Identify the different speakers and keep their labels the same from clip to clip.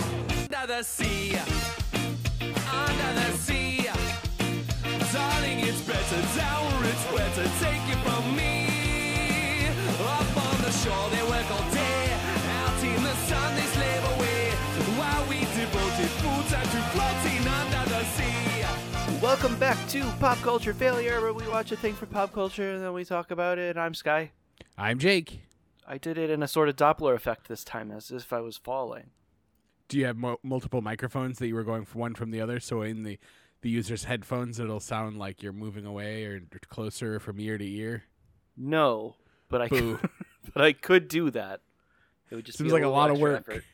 Speaker 1: under the sea. Under the sea. Darling, it's better down where it's wetter. Take it from me. Up on the shore, they work all day. Out in the sun, they slave away. While we devoted full time to floating under the sea.
Speaker 2: Welcome back to Pop Culture Failure, where we watch a thing from pop culture and then we talk about it. I'm Sky.
Speaker 3: I'm Jake.
Speaker 2: I did it in a sort of Doppler effect this time, as if I was falling.
Speaker 3: Do you have mo- multiple microphones that you were going from one from the other? So in the the user's headphones, it'll sound like you're moving away or closer from ear to ear.
Speaker 2: No, but I
Speaker 3: Boo.
Speaker 2: could, but I could do that. It would just
Speaker 3: Seems
Speaker 2: be
Speaker 3: like a
Speaker 2: little
Speaker 3: lot of
Speaker 2: extra
Speaker 3: work.
Speaker 2: effort.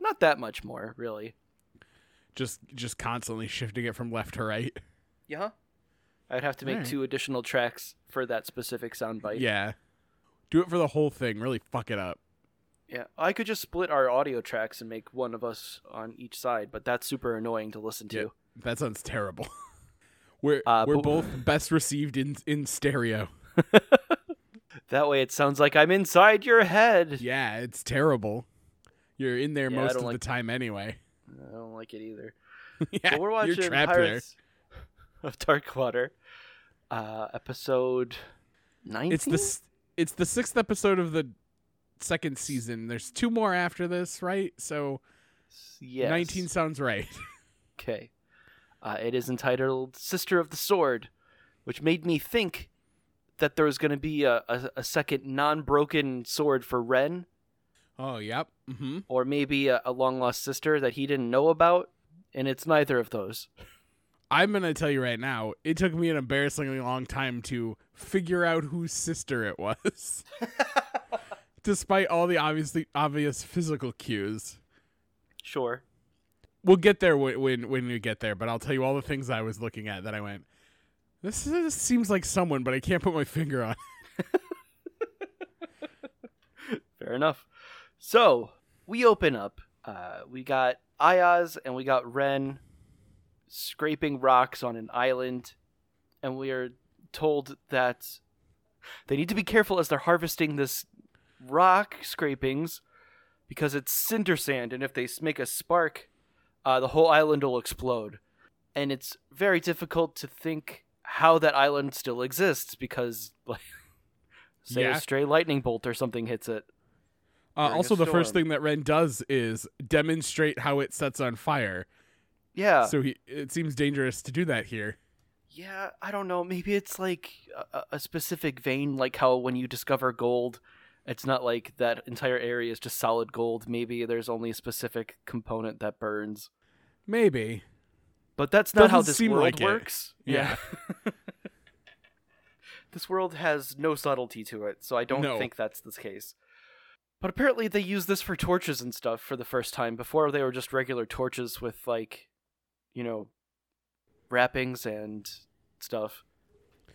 Speaker 2: Not that much more, really.
Speaker 3: Just just constantly shifting it from left to right.
Speaker 2: Yeah. I'd have to make
Speaker 3: Alright.
Speaker 2: two additional tracks for that specific sound bite.
Speaker 3: Yeah. Do it for the whole thing. Really fuck it up.
Speaker 2: Yeah. I could just split our audio tracks and make one of us on each side, but that's super annoying to listen to.
Speaker 3: Yeah. That sounds terrible. we're
Speaker 2: Uh,
Speaker 3: we're
Speaker 2: but-
Speaker 3: both best received in in stereo.
Speaker 2: That way it sounds like I'm inside your head.
Speaker 3: Yeah, it's terrible. You're in there
Speaker 2: Yeah, I
Speaker 3: most
Speaker 2: don't
Speaker 3: of the
Speaker 2: like-
Speaker 3: time anyway.
Speaker 2: I don't like it either.
Speaker 3: yeah,
Speaker 2: But we're watching
Speaker 3: you're trapped
Speaker 2: Pirates of Dark Water, uh, episode
Speaker 3: there.
Speaker 2: nineteen.
Speaker 3: It's the s- it's the sixth episode of the second season. There's two more after this, right? So
Speaker 2: yes.
Speaker 3: 19 sounds right.
Speaker 2: Okay. Uh, it is entitled "Sister of the Sword," which made me think that there was going to be a, a, a second non-broken sword for Ren,
Speaker 3: oh, yep. Mm-hmm.
Speaker 2: or maybe a, a long-lost sister that he didn't know about, and it's neither of those.
Speaker 3: I'm gonna tell you right now. It took me an embarrassingly long time to figure out whose sister it was, despite all the obviously obvious physical cues.
Speaker 2: Sure.
Speaker 3: We'll get there when, when when we get there, but I'll tell you all the things I was looking at that I went. This, is, this seems like someone, but I can't put my finger on. it."
Speaker 2: Fair enough. So we open up. Uh, we got Ayaz and we got Ren scraping rocks on an island, and we are told that they need to be careful as they're harvesting this rock scrapings because it's cinder sand, and if they s- make a spark, uh, the whole island will explode. And it's very difficult to think how that island still exists because, like, say
Speaker 3: Yeah.
Speaker 2: a stray lightning bolt or something hits it.
Speaker 3: Uh,
Speaker 2: During a
Speaker 3: also, the first
Speaker 2: storm.
Speaker 3: thing that Ren does is demonstrate how it sets on fire.
Speaker 2: Yeah.
Speaker 3: so he, it seems dangerous to do that here.
Speaker 2: yeah, I don't know. Maybe it's like a- a, a specific vein, like how when you discover gold, it's not like that entire area is just solid gold. Maybe there's only a specific component that burns.
Speaker 3: Maybe.
Speaker 2: But that's not how
Speaker 3: Doesn't
Speaker 2: this
Speaker 3: seem
Speaker 2: world
Speaker 3: like it.
Speaker 2: works. this world has no subtlety to it, so I don't
Speaker 3: No.
Speaker 2: think that's the case. But apparently they use this for torches and stuff for the first time. Before they were just regular torches with like, you know, wrappings and stuff.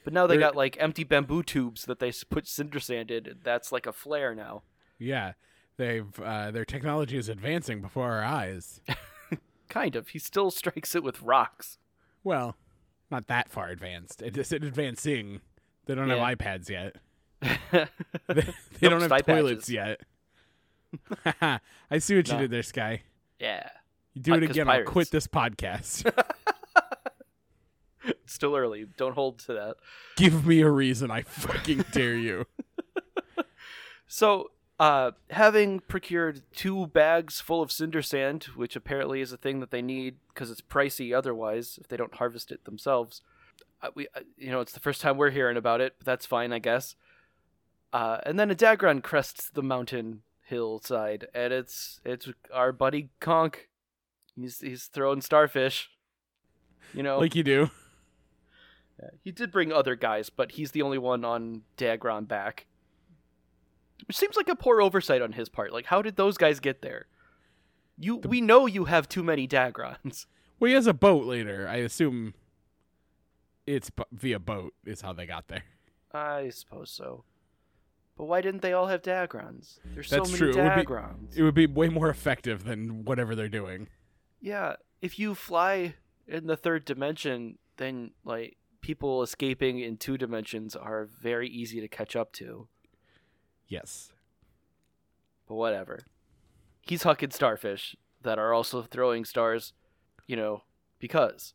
Speaker 2: But now they
Speaker 3: They're-
Speaker 2: got like empty bamboo tubes that they s- put cinder sand in. That's like a flare now.
Speaker 3: Yeah, they've uh, their technology is advancing before our eyes.
Speaker 2: Kind of. He still strikes it with rocks.
Speaker 3: Well, not that far advanced. It is advancing. They don't
Speaker 2: Yeah.
Speaker 3: have iPads yet.
Speaker 2: they
Speaker 3: They, they don't have toilets yet. I see what
Speaker 2: No.
Speaker 3: you did there, Sky.
Speaker 2: Yeah.
Speaker 3: You do it
Speaker 2: Because
Speaker 3: again,
Speaker 2: pirates.
Speaker 3: I'll quit this podcast.
Speaker 2: It's still early. Don't hold to that.
Speaker 3: Give me a reason. I fucking dare you.
Speaker 2: So, uh, having procured two bags full of cinder sand, which apparently is a thing that they need because it's pricey otherwise if they don't harvest it themselves, uh, we, uh, you know, it's the first time we're hearing about it. But that's fine, I guess. Uh, and then a Dagron crests the mountain hillside, and it's it's our buddy Conk. He's he's throwing starfish. You know,
Speaker 3: Like you do.
Speaker 2: he did bring other guys, but he's the only one on Dagron back. Which seems like a poor oversight on his part. Like, how did those guys get there? You, we know you have too many Dagrons.
Speaker 3: Well, he has a boat later. I assume it's b- via boat is how they got there.
Speaker 2: I suppose so. But why didn't they all have Dagrons? There's so
Speaker 3: That's
Speaker 2: many
Speaker 3: true. It would be-
Speaker 2: Dagrons.
Speaker 3: It would be way more effective than whatever they're doing.
Speaker 2: Yeah, if you fly in the third dimension, then like people escaping in two dimensions are very easy to catch up to.
Speaker 3: Yes.
Speaker 2: But whatever. He's hucking starfish. that are also throwing stars, you know, because.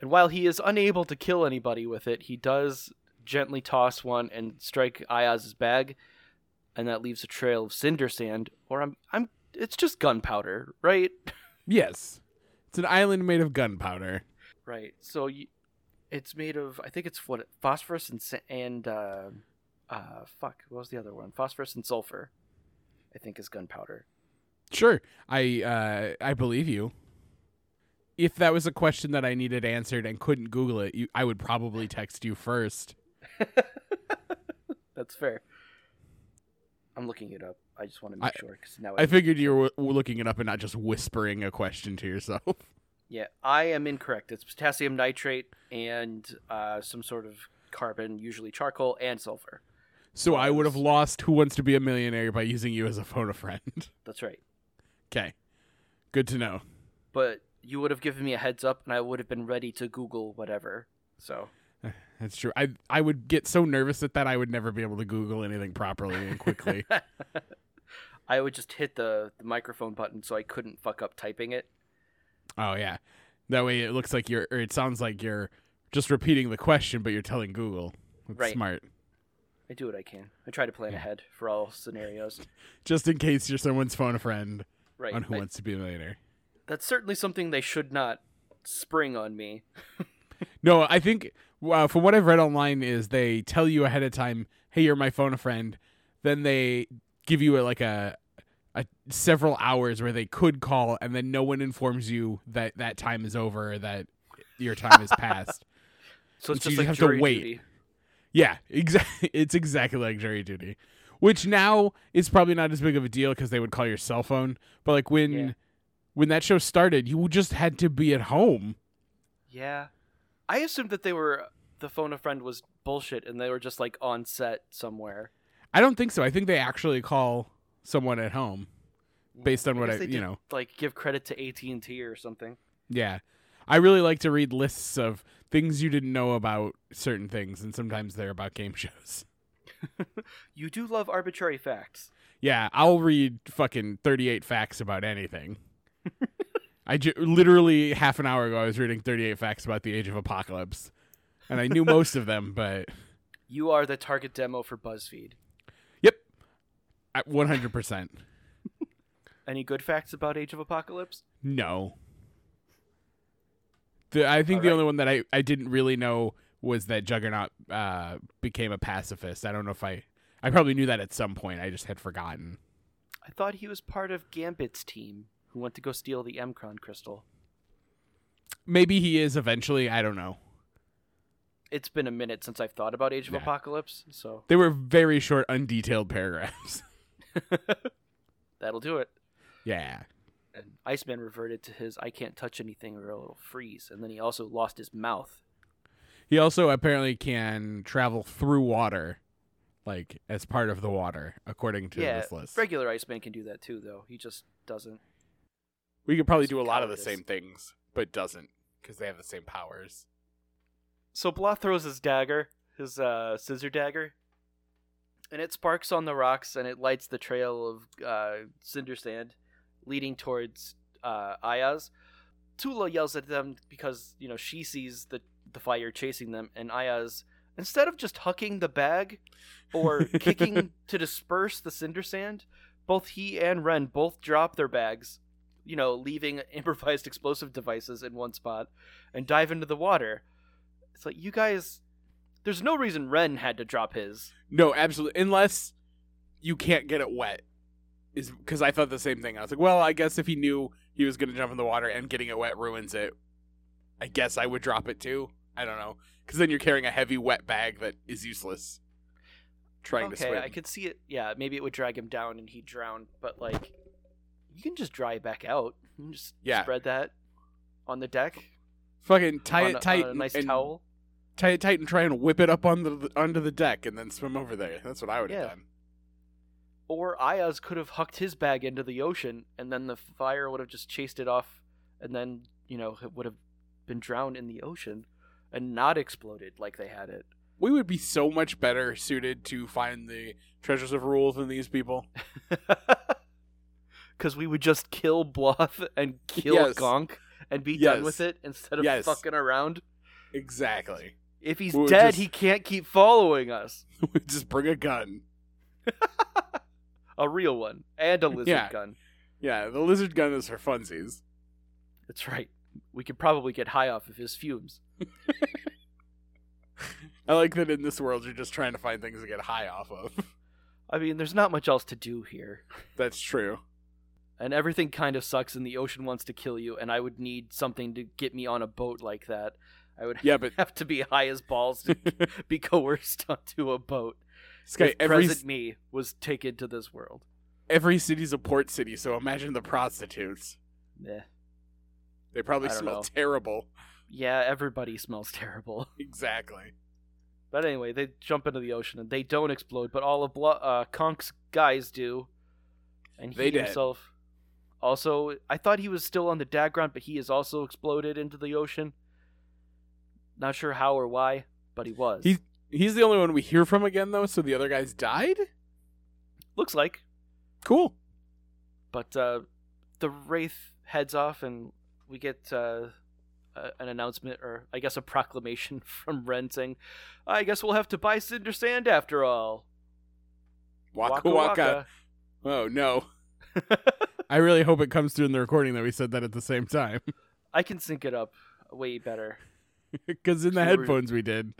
Speaker 2: And while he is unable to kill anybody with it, he does gently toss one and strike Ayaz's bag, and that leaves a trail of cinder sand, or I'm I'm it's just gunpowder, right?
Speaker 3: Yes. It's an island made of gunpowder.
Speaker 2: Right. So you, it's made of I think it's what phosphorus and sa- and uh, uh fuck what was the other one phosphorus and sulfur, I think is gunpowder.
Speaker 3: Sure. I uh I believe you. If that was a question that I needed answered and couldn't Google it, you, I would probably text you first.
Speaker 2: That's fair. I'm looking it up. I just want to make
Speaker 3: I-
Speaker 2: sure because now
Speaker 3: I figured you were w- looking it up and not just whispering a question to yourself.
Speaker 2: yeah I am incorrect. It's potassium nitrate and uh, some sort of carbon, usually charcoal and sulfur.
Speaker 3: So I would have lost Who Wants to Be a Millionaire by using you as a phone a friend.
Speaker 2: That's right.
Speaker 3: Okay. Good to know.
Speaker 2: But you would have given me a heads up, and I would have been ready to Google whatever. So
Speaker 3: That's true. I I would get so nervous at that I would never be able to Google anything properly and quickly.
Speaker 2: I would just hit the, the microphone button so I couldn't fuck up typing it.
Speaker 3: oh yeah. That way it looks like you're or it sounds like you're just repeating the question but you're telling Google. That's
Speaker 2: Right.
Speaker 3: smart.
Speaker 2: I do what I can. I try to plan ahead for all scenarios.
Speaker 3: Just in case you're someone's phone a friend
Speaker 2: Right.
Speaker 3: on Who
Speaker 2: I-
Speaker 3: Wants to Be a Millionaire.
Speaker 2: that's certainly something they should not spring on me.
Speaker 3: No, I think uh, from what I've read online is they tell you ahead of time, "Hey, you're my phone a friend." Then they give you uh, like a, a several hours where they could call, and then no one informs you that that time is over, or that your time has passed. So
Speaker 2: So it's
Speaker 3: you
Speaker 2: just
Speaker 3: just
Speaker 2: like
Speaker 3: have to
Speaker 2: jury
Speaker 3: wait.
Speaker 2: duty.
Speaker 3: Yeah, exactly. It's exactly like jury duty, which now is probably not as big of a deal because they would call your cell phone. But like when
Speaker 2: Yeah.
Speaker 3: when that show started, you just had to be at home.
Speaker 2: Yeah. I assumed that they were the phone a friend was bullshit and they were just like on set somewhere.
Speaker 3: I don't think so. I think they actually call someone at home, based on what I,
Speaker 2: guess they
Speaker 3: you
Speaker 2: did,
Speaker 3: know.
Speaker 2: like give credit to AT&T or something.
Speaker 3: Yeah, I really like to read lists of things you didn't know about certain things, and sometimes they're about game shows.
Speaker 2: You do love arbitrary facts.
Speaker 3: Yeah, I'll read fucking thirty-eight facts about anything. I ju- literally half an hour ago I was reading thirty-eight facts about the Age of Apocalypse, and I knew most of them, but
Speaker 2: You are the target demo for BuzzFeed.
Speaker 3: yep, uh, one hundred percent.
Speaker 2: Any good facts about Age of Apocalypse?
Speaker 3: No. The, I think the
Speaker 2: Alright.
Speaker 3: only one that I, I didn't really know was that Juggernaut uh, became a pacifist. I don't know if I I probably knew that at some point. I just had forgotten.
Speaker 2: I thought he was part of Gambit's team who went to go steal the Emcron crystal.
Speaker 3: Maybe he is eventually. I don't know.
Speaker 2: It's been a minute since I've thought about Age of
Speaker 3: Yeah.
Speaker 2: Apocalypse, so
Speaker 3: They were very short, undetailed paragraphs.
Speaker 2: that'll do it.
Speaker 3: yeah.
Speaker 2: And Iceman reverted to his I can't touch anything or it'll freeze, and then he also lost his mouth.
Speaker 3: He also apparently can travel through water, like as part of the water, according to
Speaker 2: yeah,
Speaker 3: this list.
Speaker 2: regular Iceman can do that too, though. He just doesn't.
Speaker 3: we could probably
Speaker 2: do a lot of the Cowardice. same
Speaker 3: things, but doesn't because they have the same powers.
Speaker 2: So Blah throws his dagger, his uh, scissor dagger, and it sparks on the rocks and it lights the trail of uh, cinder sand leading towards uh, Ayaz. Tula yells at them because you know she sees the the fire chasing them, and Ayaz, instead of just hucking the bag or kicking to disperse the cinder sand, both he and Ren both drop their bags, you know, leaving improvised explosive devices in one spot, and dive into the water. It's like you guys. There's no reason Ren had to drop his.
Speaker 3: No, absolutely. Unless you can't get it wet, is because I thought the same thing. I was like, well, I guess if he knew he was going to jump in the water and getting it wet ruins it, I guess I would drop it too. I don't know, because then you're carrying a heavy wet bag that is useless. Trying to
Speaker 2: okay,
Speaker 3: swim.
Speaker 2: I could see it. Yeah, maybe it would drag him down and he'd drown, but like you can just dry back out. You can just
Speaker 3: Yeah.
Speaker 2: spread that on the deck.
Speaker 3: Fucking tie
Speaker 2: on a-
Speaker 3: it tight,
Speaker 2: on a
Speaker 3: and-
Speaker 2: nice
Speaker 3: and
Speaker 2: towel.
Speaker 3: Tie it tight and try and whip it up onto the onto the deck and then swim over there. That's what I would have
Speaker 2: Yeah.
Speaker 3: done.
Speaker 2: Or Ayaz could have hucked his bag into the ocean and then the fire would have just chased it off and then, you know, it would have been drowned in the ocean and not exploded like they had it.
Speaker 3: We would be so much better suited to find the treasures of rule than these people.
Speaker 2: because we would just kill Bloth and kill
Speaker 3: Yes.
Speaker 2: Gonk and be done with
Speaker 3: Yes.
Speaker 2: it instead of
Speaker 3: Yes.
Speaker 2: fucking around.
Speaker 3: Exactly.
Speaker 2: If he's
Speaker 3: We would
Speaker 2: dead,
Speaker 3: just-
Speaker 2: he can't keep following us.
Speaker 3: we just bring a gun.
Speaker 2: A real one and a lizard
Speaker 3: Yeah.
Speaker 2: gun.
Speaker 3: Yeah, the lizard gun is for funsies.
Speaker 2: That's right. We could probably get high off of his fumes.
Speaker 3: I like that in this world you're just trying to find things to get high off of.
Speaker 2: I mean, there's not much else to do here.
Speaker 3: That's true.
Speaker 2: And everything kind of sucks, and the ocean wants to kill you, and I would need something to get me on a boat like that. I would
Speaker 3: Yeah, but
Speaker 2: have to be high as balls to be coerced onto a boat.
Speaker 3: Sky,
Speaker 2: if
Speaker 3: every
Speaker 2: present me was taken to this world.
Speaker 3: every city's a port city, so imagine the prostitutes.
Speaker 2: Yeah.
Speaker 3: They probably
Speaker 2: I don't
Speaker 3: smell
Speaker 2: know.
Speaker 3: terrible.
Speaker 2: Yeah, everybody smells terrible.
Speaker 3: Exactly.
Speaker 2: But anyway, they jump into the ocean and they don't explode, but all of Blo- uh, Conk's guys do. And he
Speaker 3: They did.
Speaker 2: himself. Also, I thought he was still on the Dagron, but he has also exploded into the ocean. Not sure how or why, but he was.
Speaker 3: He- He's the only one we hear from again, though, so the other guys died?
Speaker 2: Looks like.
Speaker 3: Cool.
Speaker 2: But uh, the Wraith heads off, and we get uh, a, an announcement, or I guess a proclamation from Ren saying, I guess we'll have to buy Cinder Sand after all.
Speaker 3: Waka waka. Oh, no.
Speaker 2: waka.
Speaker 3: I really hope it comes through in the recording that we said that at the same time.
Speaker 2: I can sync it up way better.
Speaker 3: Because in the
Speaker 2: Sure.
Speaker 3: headphones we did.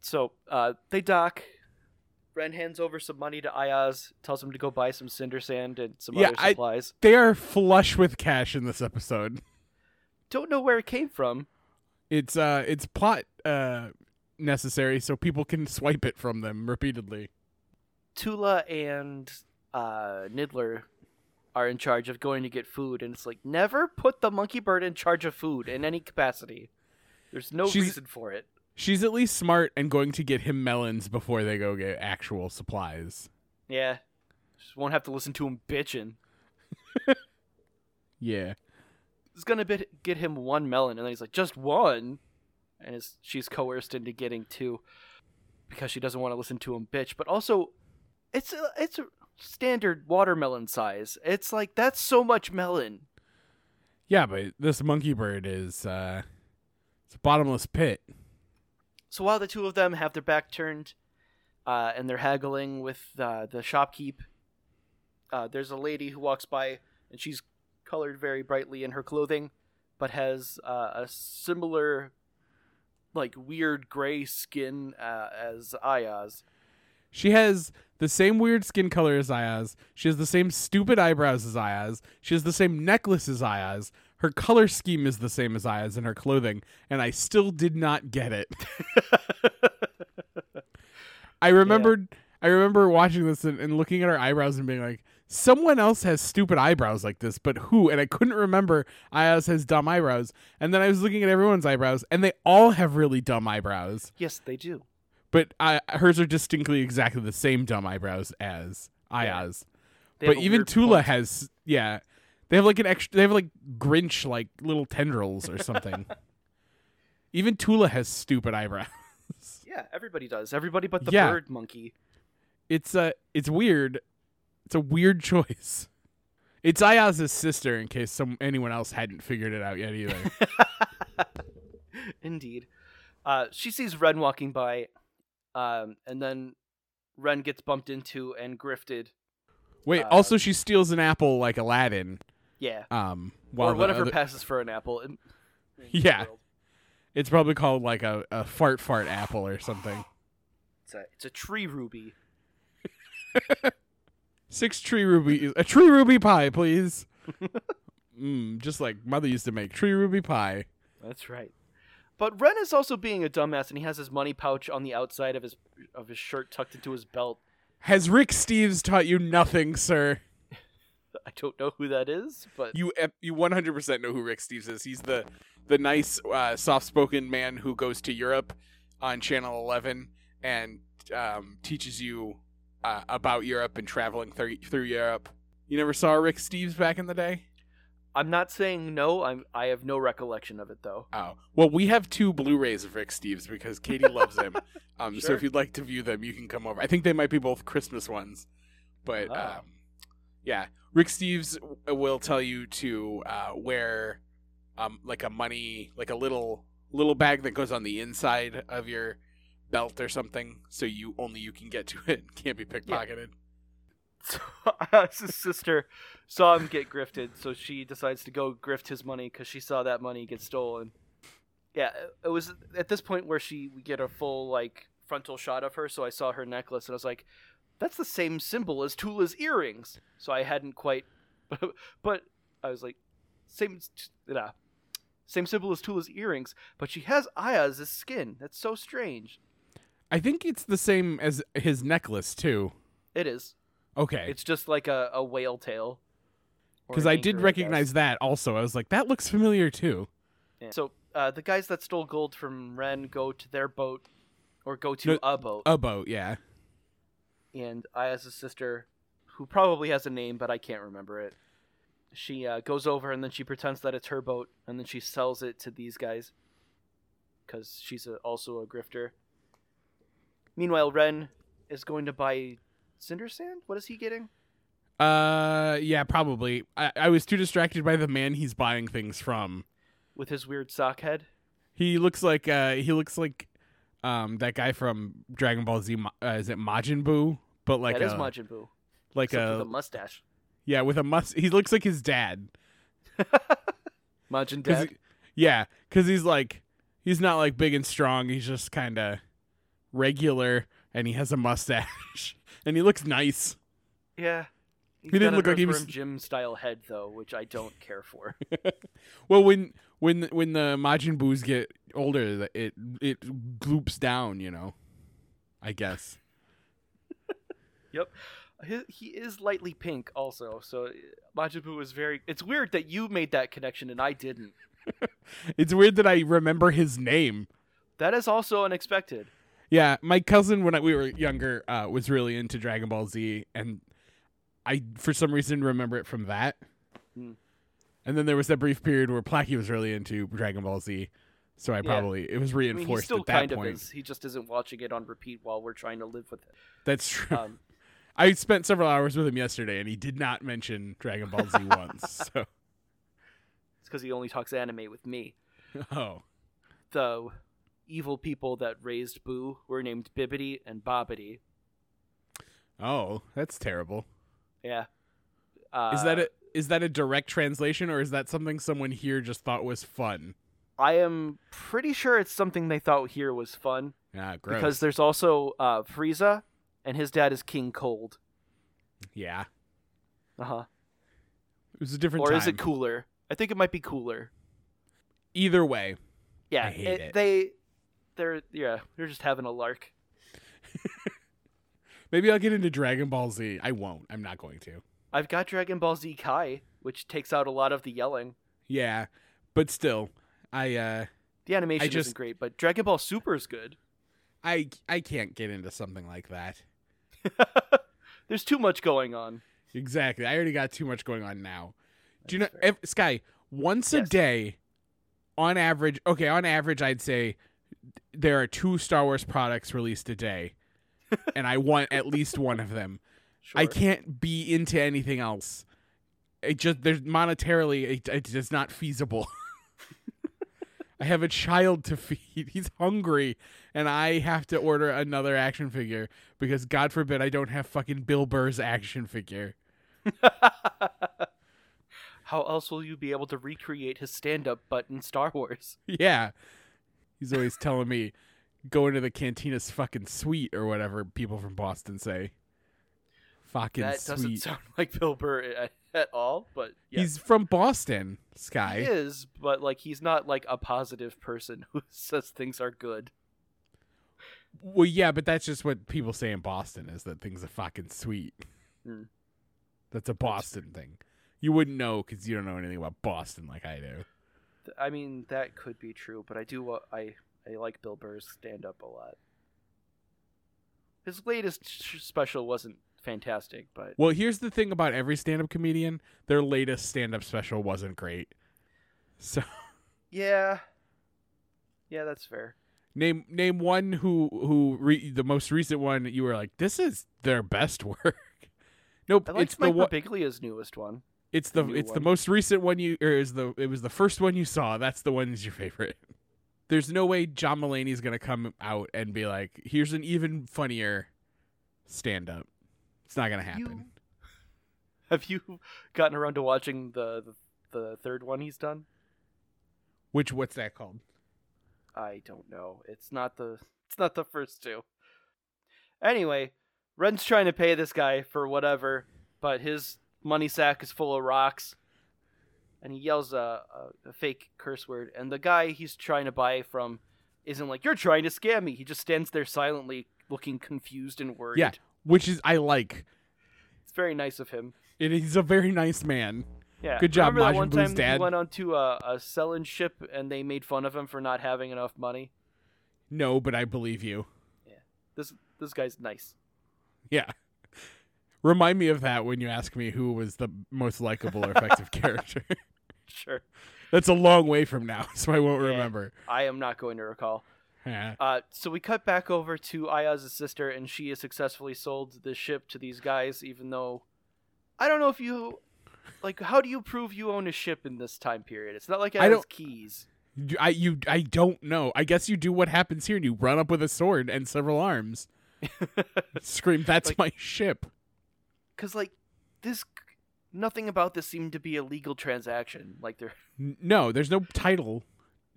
Speaker 2: So uh, they dock. Ren hands over some money to Ayaz, tells him to go buy some cinder sand and some
Speaker 3: Yeah,
Speaker 2: other
Speaker 3: I-
Speaker 2: supplies.
Speaker 3: They are flush with cash in this episode.
Speaker 2: Don't know where it came from.
Speaker 3: It's uh it's plot uh necessary so people can swipe it from them repeatedly.
Speaker 2: Tula and uh, Nidler are in charge of going to get food, and it's like never put the monkey bird in charge of food in any capacity. There's no
Speaker 3: She's-
Speaker 2: reason for it.
Speaker 3: She's at least smart and going to get him melons before they go get actual supplies.
Speaker 2: Yeah, just won't have to listen to him bitching.
Speaker 3: Yeah.
Speaker 2: It's gonna bit, get him one melon, and then he's like, just one, and it's, she's coerced into getting two because she doesn't want to listen to him bitch. But also, it's a, it's a standard watermelon size. It's like that's so much melon.
Speaker 3: Yeah, but this monkey bird is uh it's a bottomless pit.
Speaker 2: So while the two of them have their back turned, uh, and they're haggling with uh, the shopkeep, uh, there's a lady who walks by, and she's colored very brightly in her clothing, but has uh, a similar, like weird gray skin uh, as Aya's.
Speaker 3: She has the same weird skin color as Aya's. She has the same stupid eyebrows as Aya's. She has the same necklace as Aya's. Her color scheme is the same as Aya's in her clothing, and I still did not get it. I remembered I remember watching this and, and looking at her eyebrows and being like, someone else has stupid eyebrows like this, but who? And I couldn't remember Aya's has dumb eyebrows. And then I was looking at everyone's eyebrows, and they all have really dumb eyebrows
Speaker 2: Yes, they do.
Speaker 3: but I, hers are distinctly exactly the same dumb eyebrows as Aya's.
Speaker 2: They
Speaker 3: But
Speaker 2: have a
Speaker 3: even
Speaker 2: weird
Speaker 3: Tula
Speaker 2: bump.
Speaker 3: has, yeah, they have like an extra. They have like Grinch like little tendrils or something. even Tula has stupid eyebrows.
Speaker 2: Yeah, everybody does. Everybody but the
Speaker 3: Yeah.
Speaker 2: bird monkey.
Speaker 3: It's a, it's weird. It's a weird choice. It's Aya's sister, in case some anyone else hadn't figured it out yet either.
Speaker 2: Indeed. Uh, she sees Ren walking by, um, and then Ren gets bumped into and grifted.
Speaker 3: Wait,
Speaker 2: Uh,
Speaker 3: also she steals an apple like Aladdin.
Speaker 2: Yeah.
Speaker 3: Um, while
Speaker 2: or
Speaker 3: the
Speaker 2: whatever
Speaker 3: other-
Speaker 2: passes for an apple. In, in the
Speaker 3: Yeah.
Speaker 2: world.
Speaker 3: it's probably called like a, a fart fart apple or something.
Speaker 2: It's a, it's a tree ruby.
Speaker 3: Six tree rubies. A tree ruby pie, please. mm, just like mother used to make tree ruby pie.
Speaker 2: That's right. But Ren is also being a dumbass, and he has his money pouch on the outside of his of his shirt tucked into his belt.
Speaker 3: Has Rick Steves taught you nothing, sir?
Speaker 2: I don't know who that is, but
Speaker 3: You ep- you 100% know who Rick Steves is. He's the the nice, uh, soft-spoken man who goes to Europe on Channel 11 and um, teaches you uh, about Europe and traveling through through Europe. You never saw Rick Steves back in the day?
Speaker 2: I'm not saying no. I'm I have no recollection of it though.
Speaker 3: Oh. Well, we have two Blu-rays of Rick Steves because Katie loves him. Um, So
Speaker 2: Sure.
Speaker 3: if you'd like to view them, you can come over. I think they might be both Christmas ones. But
Speaker 2: Ah.
Speaker 3: um, yeah, Rick Steves w- will tell you to uh, wear um, like a money, like a little little bag that goes on the inside of your belt or something, so you only you can get to it, can't be pickpocketed.
Speaker 2: So Oz's sister saw him get grifted, so she decides to go grift his money because she saw that money get stolen. Yeah, it- it was at this point where she we get a full like frontal shot of her, so I saw her necklace and I was like, "That's the same symbol as Tula's earrings." So I hadn't quite, but, I was like, "Same, nah, same symbol as Tula's earrings, but she has Aya's skin. That's so strange."
Speaker 3: I think it's the same as his necklace too.
Speaker 2: It is.
Speaker 3: Okay,
Speaker 2: It's just like a, a whale tail. Or
Speaker 3: because
Speaker 2: an
Speaker 3: I did
Speaker 2: anchor, guess.
Speaker 3: recognize that also. I was like, that looks familiar too.
Speaker 2: So uh, the guys that stole gold from Ren go to their boat, or go to
Speaker 3: No- uh,
Speaker 2: a boat,
Speaker 3: A boat, yeah.
Speaker 2: and Aya's sister, who probably has a name but I can't remember it, she uh, goes over and then she pretends that it's her boat, and then she sells it to these guys, because she's a, also a grifter. Meanwhile, Ren is going to buy cinder sand. What is he getting?
Speaker 3: Uh, yeah, probably. I, I was too distracted by the man he's buying things from.
Speaker 2: With his weird sock head.
Speaker 3: He looks like uh, he looks like um that guy from Dragon Ball Z. Ma- Uh, is it Majin Buu? But like
Speaker 2: that is
Speaker 3: a
Speaker 2: Majin Buu,
Speaker 3: like
Speaker 2: except with
Speaker 3: a
Speaker 2: a mustache.
Speaker 3: yeah with a must. He looks like his dad.
Speaker 2: Majin
Speaker 3: 'Cause
Speaker 2: Dad.
Speaker 3: he- yeah, because he's like he's not like big and strong. He's just kind of regular, and he has a mustache, and he looks nice.
Speaker 2: Yeah. He's
Speaker 3: didn't
Speaker 2: got an
Speaker 3: look like he
Speaker 2: Earthworm
Speaker 3: was-
Speaker 2: Jim style head though, which I don't care for.
Speaker 3: Well, when when when the Majin Buu's get older, th- it it gloops down, you know. I guess.
Speaker 2: he, he is lightly pink also, so uh, Majin Buu is very. It's weird that you made that connection and I didn't.
Speaker 3: It's weird that I remember his name.
Speaker 2: That is also unexpected.
Speaker 3: Yeah, my cousin when I, we were younger uh, was really into Dragon Ball Z, and I for some reason remember it from that.
Speaker 2: Hmm.
Speaker 3: And then there was that brief period where Placky was really into Dragon Ball Z, so I
Speaker 2: Yeah.
Speaker 3: probably it was
Speaker 2: I mean,
Speaker 3: reinforced
Speaker 2: he still
Speaker 3: at that
Speaker 2: kind
Speaker 3: point.
Speaker 2: of is. He just isn't watching it on repeat while we're trying to live with it.
Speaker 3: That's true.
Speaker 2: Um,
Speaker 3: I spent several hours with him yesterday, and he did not mention Dragon Ball Z once. So,
Speaker 2: it's because he only talks anime with me.
Speaker 3: oh.
Speaker 2: The evil people that raised Boo were named Bibbidi and Bobbidi.
Speaker 3: Oh, that's terrible.
Speaker 2: Yeah. Uh,
Speaker 3: is that a is that a direct translation or is that something someone here just thought was fun?
Speaker 2: I am pretty sure it's something they thought here was fun.
Speaker 3: Ah, gross.
Speaker 2: because there's also uh, Frieza, and his dad is King Cold.
Speaker 3: yeah,
Speaker 2: Uh
Speaker 3: Uh-huh.
Speaker 2: huh.
Speaker 3: it was a different
Speaker 2: Or
Speaker 3: time.
Speaker 2: is it cooler? I think it might be cooler.
Speaker 3: Either way,
Speaker 2: Yeah,
Speaker 3: I hate it.
Speaker 2: they, they're yeah, they're just having a lark.
Speaker 3: maybe I'll get into Dragon Ball Z. I won't. I'm not going to.
Speaker 2: I've got Dragon Ball Z Kai, which takes out a lot of the yelling.
Speaker 3: Yeah, but still, I uh,
Speaker 2: The animation
Speaker 3: just-
Speaker 2: isn't great, but Dragon Ball Super is good.
Speaker 3: I I can't get into something like that.
Speaker 2: There's too much going on.
Speaker 3: Exactly. I already got too much going on now. Do you know,
Speaker 2: That's fair.
Speaker 3: ev- Sky? Once a
Speaker 2: Yes.
Speaker 3: day, on average. Okay, on average, I'd say there are two Star Wars products released a day, and I want at least one of them.
Speaker 2: Sure.
Speaker 3: I can't be into anything else. It just there's monetarily it, it's just not feasible. I have a child to feed. He's hungry, and I have to order another action figure because God forbid I don't have fucking Bill Burr's action figure.
Speaker 2: How else will you be able to recreate his stand-up butt in Star Wars?
Speaker 3: Yeah, he's always telling me go into the cantina's fucking sweet or whatever people from Boston say. Fucking
Speaker 2: that
Speaker 3: sweet.
Speaker 2: doesn't sound like Bill Burr at, at all, but yeah.
Speaker 3: He's from Boston, Sky.
Speaker 2: He is, but like he's not like a positive person who says things are good.
Speaker 3: Well, yeah, but that's just what people say in Boston is that things are fucking sweet.
Speaker 2: Mm.
Speaker 3: That's a Boston thing. You wouldn't know because you don't know anything about Boston like I do.
Speaker 2: Th- I mean, that could be true, but I do wa- I I like Bill Burr's stand up a lot. His latest sh- special wasn't fantastic, but
Speaker 3: Well, here's the thing about every stand up comedian their latest stand up special wasn't great. So
Speaker 2: yeah, yeah, that's fair.
Speaker 3: name name one who who re- the most recent one you were like this is their best work. Nope,
Speaker 2: I liked
Speaker 3: it's the
Speaker 2: Mike
Speaker 3: one.
Speaker 2: Birbiglia's newest one.
Speaker 3: It's the
Speaker 2: new
Speaker 3: it's the
Speaker 2: one.
Speaker 3: most recent one you or is the it was the first one you saw. That's the one that's your favorite. There's no way John Mulaney's gonna come out and be like, "Here's an even funnier stand up." It's not gonna happen.
Speaker 2: You- Have you gotten around to watching the the, the third one he's done?
Speaker 3: Which what's that called?
Speaker 2: I don't know. It's not the it's not the first two. Anyway, Ren's trying to pay this guy for whatever, but his money sack is full of rocks, and he yells a, a, a fake curse word. And the guy he's trying to buy from isn't like you're trying to scam me. He just stands there silently, looking confused and worried.
Speaker 3: Yeah, which is I like.
Speaker 2: it's very nice of him.
Speaker 3: It is a very nice man.
Speaker 2: Yeah.
Speaker 3: Good job,
Speaker 2: Remember that
Speaker 3: Majin
Speaker 2: one
Speaker 3: Buu's
Speaker 2: time
Speaker 3: dad?
Speaker 2: he went onto a, a selling ship and they made fun of him for not having enough money.
Speaker 3: No, but I believe you.
Speaker 2: This this guy's nice.
Speaker 3: Yeah. Remind me of that when you ask me who was the most likable or effective character.
Speaker 2: Sure.
Speaker 3: That's a long way from now, so I won't
Speaker 2: Yeah.
Speaker 3: remember.
Speaker 2: I am not going to recall.
Speaker 3: Yeah.
Speaker 2: Uh, so we cut back over to Aya's sister, and she has successfully sold the ship to these guys, even though I don't know if you like. How do you prove you own a ship in this time period? It's not like it
Speaker 3: I
Speaker 2: has
Speaker 3: don't-
Speaker 2: keys.
Speaker 3: You- I you I don't know. I guess you do what happens here, and you run up with a sword and several arms, scream, "That's
Speaker 2: Like-
Speaker 3: my ship!"
Speaker 2: Because like this, nothing about this seemed to be a legal transaction. Like they're
Speaker 3: N- No, there's no title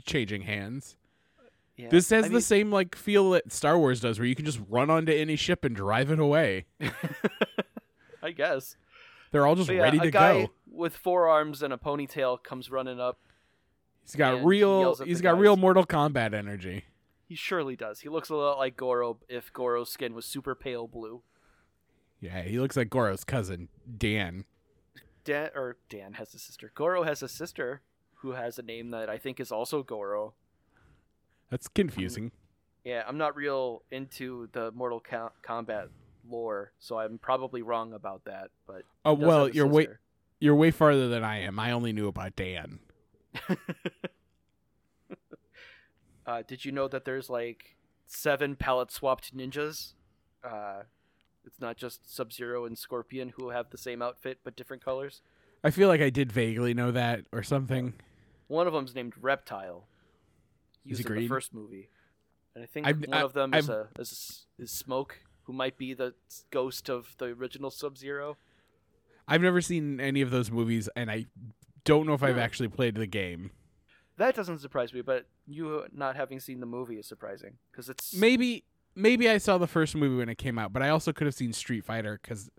Speaker 3: changing hands.
Speaker 2: yeah.
Speaker 3: This has
Speaker 2: I
Speaker 3: the
Speaker 2: mean,
Speaker 3: same like feel that Star Wars does, where you can just run onto any ship and drive it away.
Speaker 2: I guess.
Speaker 3: They're all just
Speaker 2: But yeah,
Speaker 3: ready
Speaker 2: a
Speaker 3: to
Speaker 2: guy
Speaker 3: go.
Speaker 2: with four arms and a ponytail comes running up.
Speaker 3: He's got
Speaker 2: and he
Speaker 3: real.
Speaker 2: yells at
Speaker 3: he's
Speaker 2: the
Speaker 3: got
Speaker 2: guys.
Speaker 3: real Mortal Kombat energy.
Speaker 2: He surely does. He looks a lot like Goro if Goro's skin was super pale blue.
Speaker 3: Yeah, he looks like Goro's cousin Dan.
Speaker 2: Dan or Dan has a sister. Goro has a sister who has a name that I think is also Goro.
Speaker 3: That's
Speaker 2: Mm.
Speaker 3: confusing.
Speaker 2: Yeah, I'm not real into the Mortal Co- Kombat lore, so I'm probably wrong about that. But
Speaker 3: Oh
Speaker 2: he does
Speaker 3: well,
Speaker 2: have a
Speaker 3: you're way
Speaker 2: sister.
Speaker 3: you're way farther than I am. I only knew about Dan.
Speaker 2: Uh, did you know that there's like seven palette swapped ninjas? Uh, it's not just Sub Zero and Scorpion who have the same outfit but different colors.
Speaker 3: I feel like I did vaguely know that or something.
Speaker 2: One of them's named Reptile. He
Speaker 3: Is
Speaker 2: was
Speaker 3: he
Speaker 2: in the
Speaker 3: green?
Speaker 2: first movie, and I think
Speaker 3: I've-
Speaker 2: one
Speaker 3: I-
Speaker 2: of them is
Speaker 3: I've-
Speaker 2: a is, a s- is Smoke, who might be the s- ghost of the original Sub Zero.
Speaker 3: I've never seen any of those movies, and I don't know if I've actually played the game.
Speaker 2: That doesn't surprise me, but you not having seen the movie is surprising because it's
Speaker 3: Maybe, maybe I saw the first movie when it came out, but I also could have seen Street Fighter because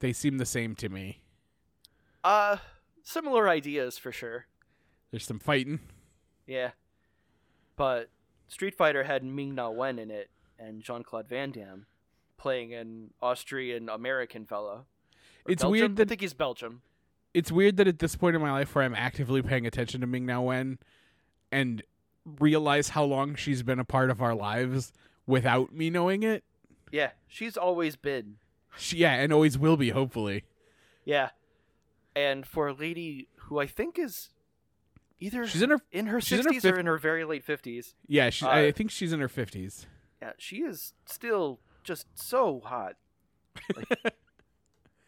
Speaker 3: they seem the same to me.
Speaker 2: uh similar ideas for sure.
Speaker 3: There's some fighting.
Speaker 2: Yeah, but Street Fighter had Ming Na Wen in it and Jean Claude Van Damme playing an Austrian American fella. Or
Speaker 3: It's
Speaker 2: Belgium?
Speaker 3: weird
Speaker 2: I
Speaker 3: that-
Speaker 2: think he's Belgium.
Speaker 3: It's weird that at this point in my life, where I'm actively paying attention to Ming Na Wen, and realize how long she's been a part of our lives without me knowing it.
Speaker 2: Yeah, she's always been
Speaker 3: She, yeah, and always will be. Hopefully,
Speaker 2: Yeah. And for a lady who I think is either
Speaker 3: she's in her.
Speaker 2: in her
Speaker 3: she's in her
Speaker 2: 60s or in her very late 50s.
Speaker 3: Yeah, she,
Speaker 2: Uh,
Speaker 3: I think she's in her fifties.
Speaker 2: Yeah, she is still just so hot. Like,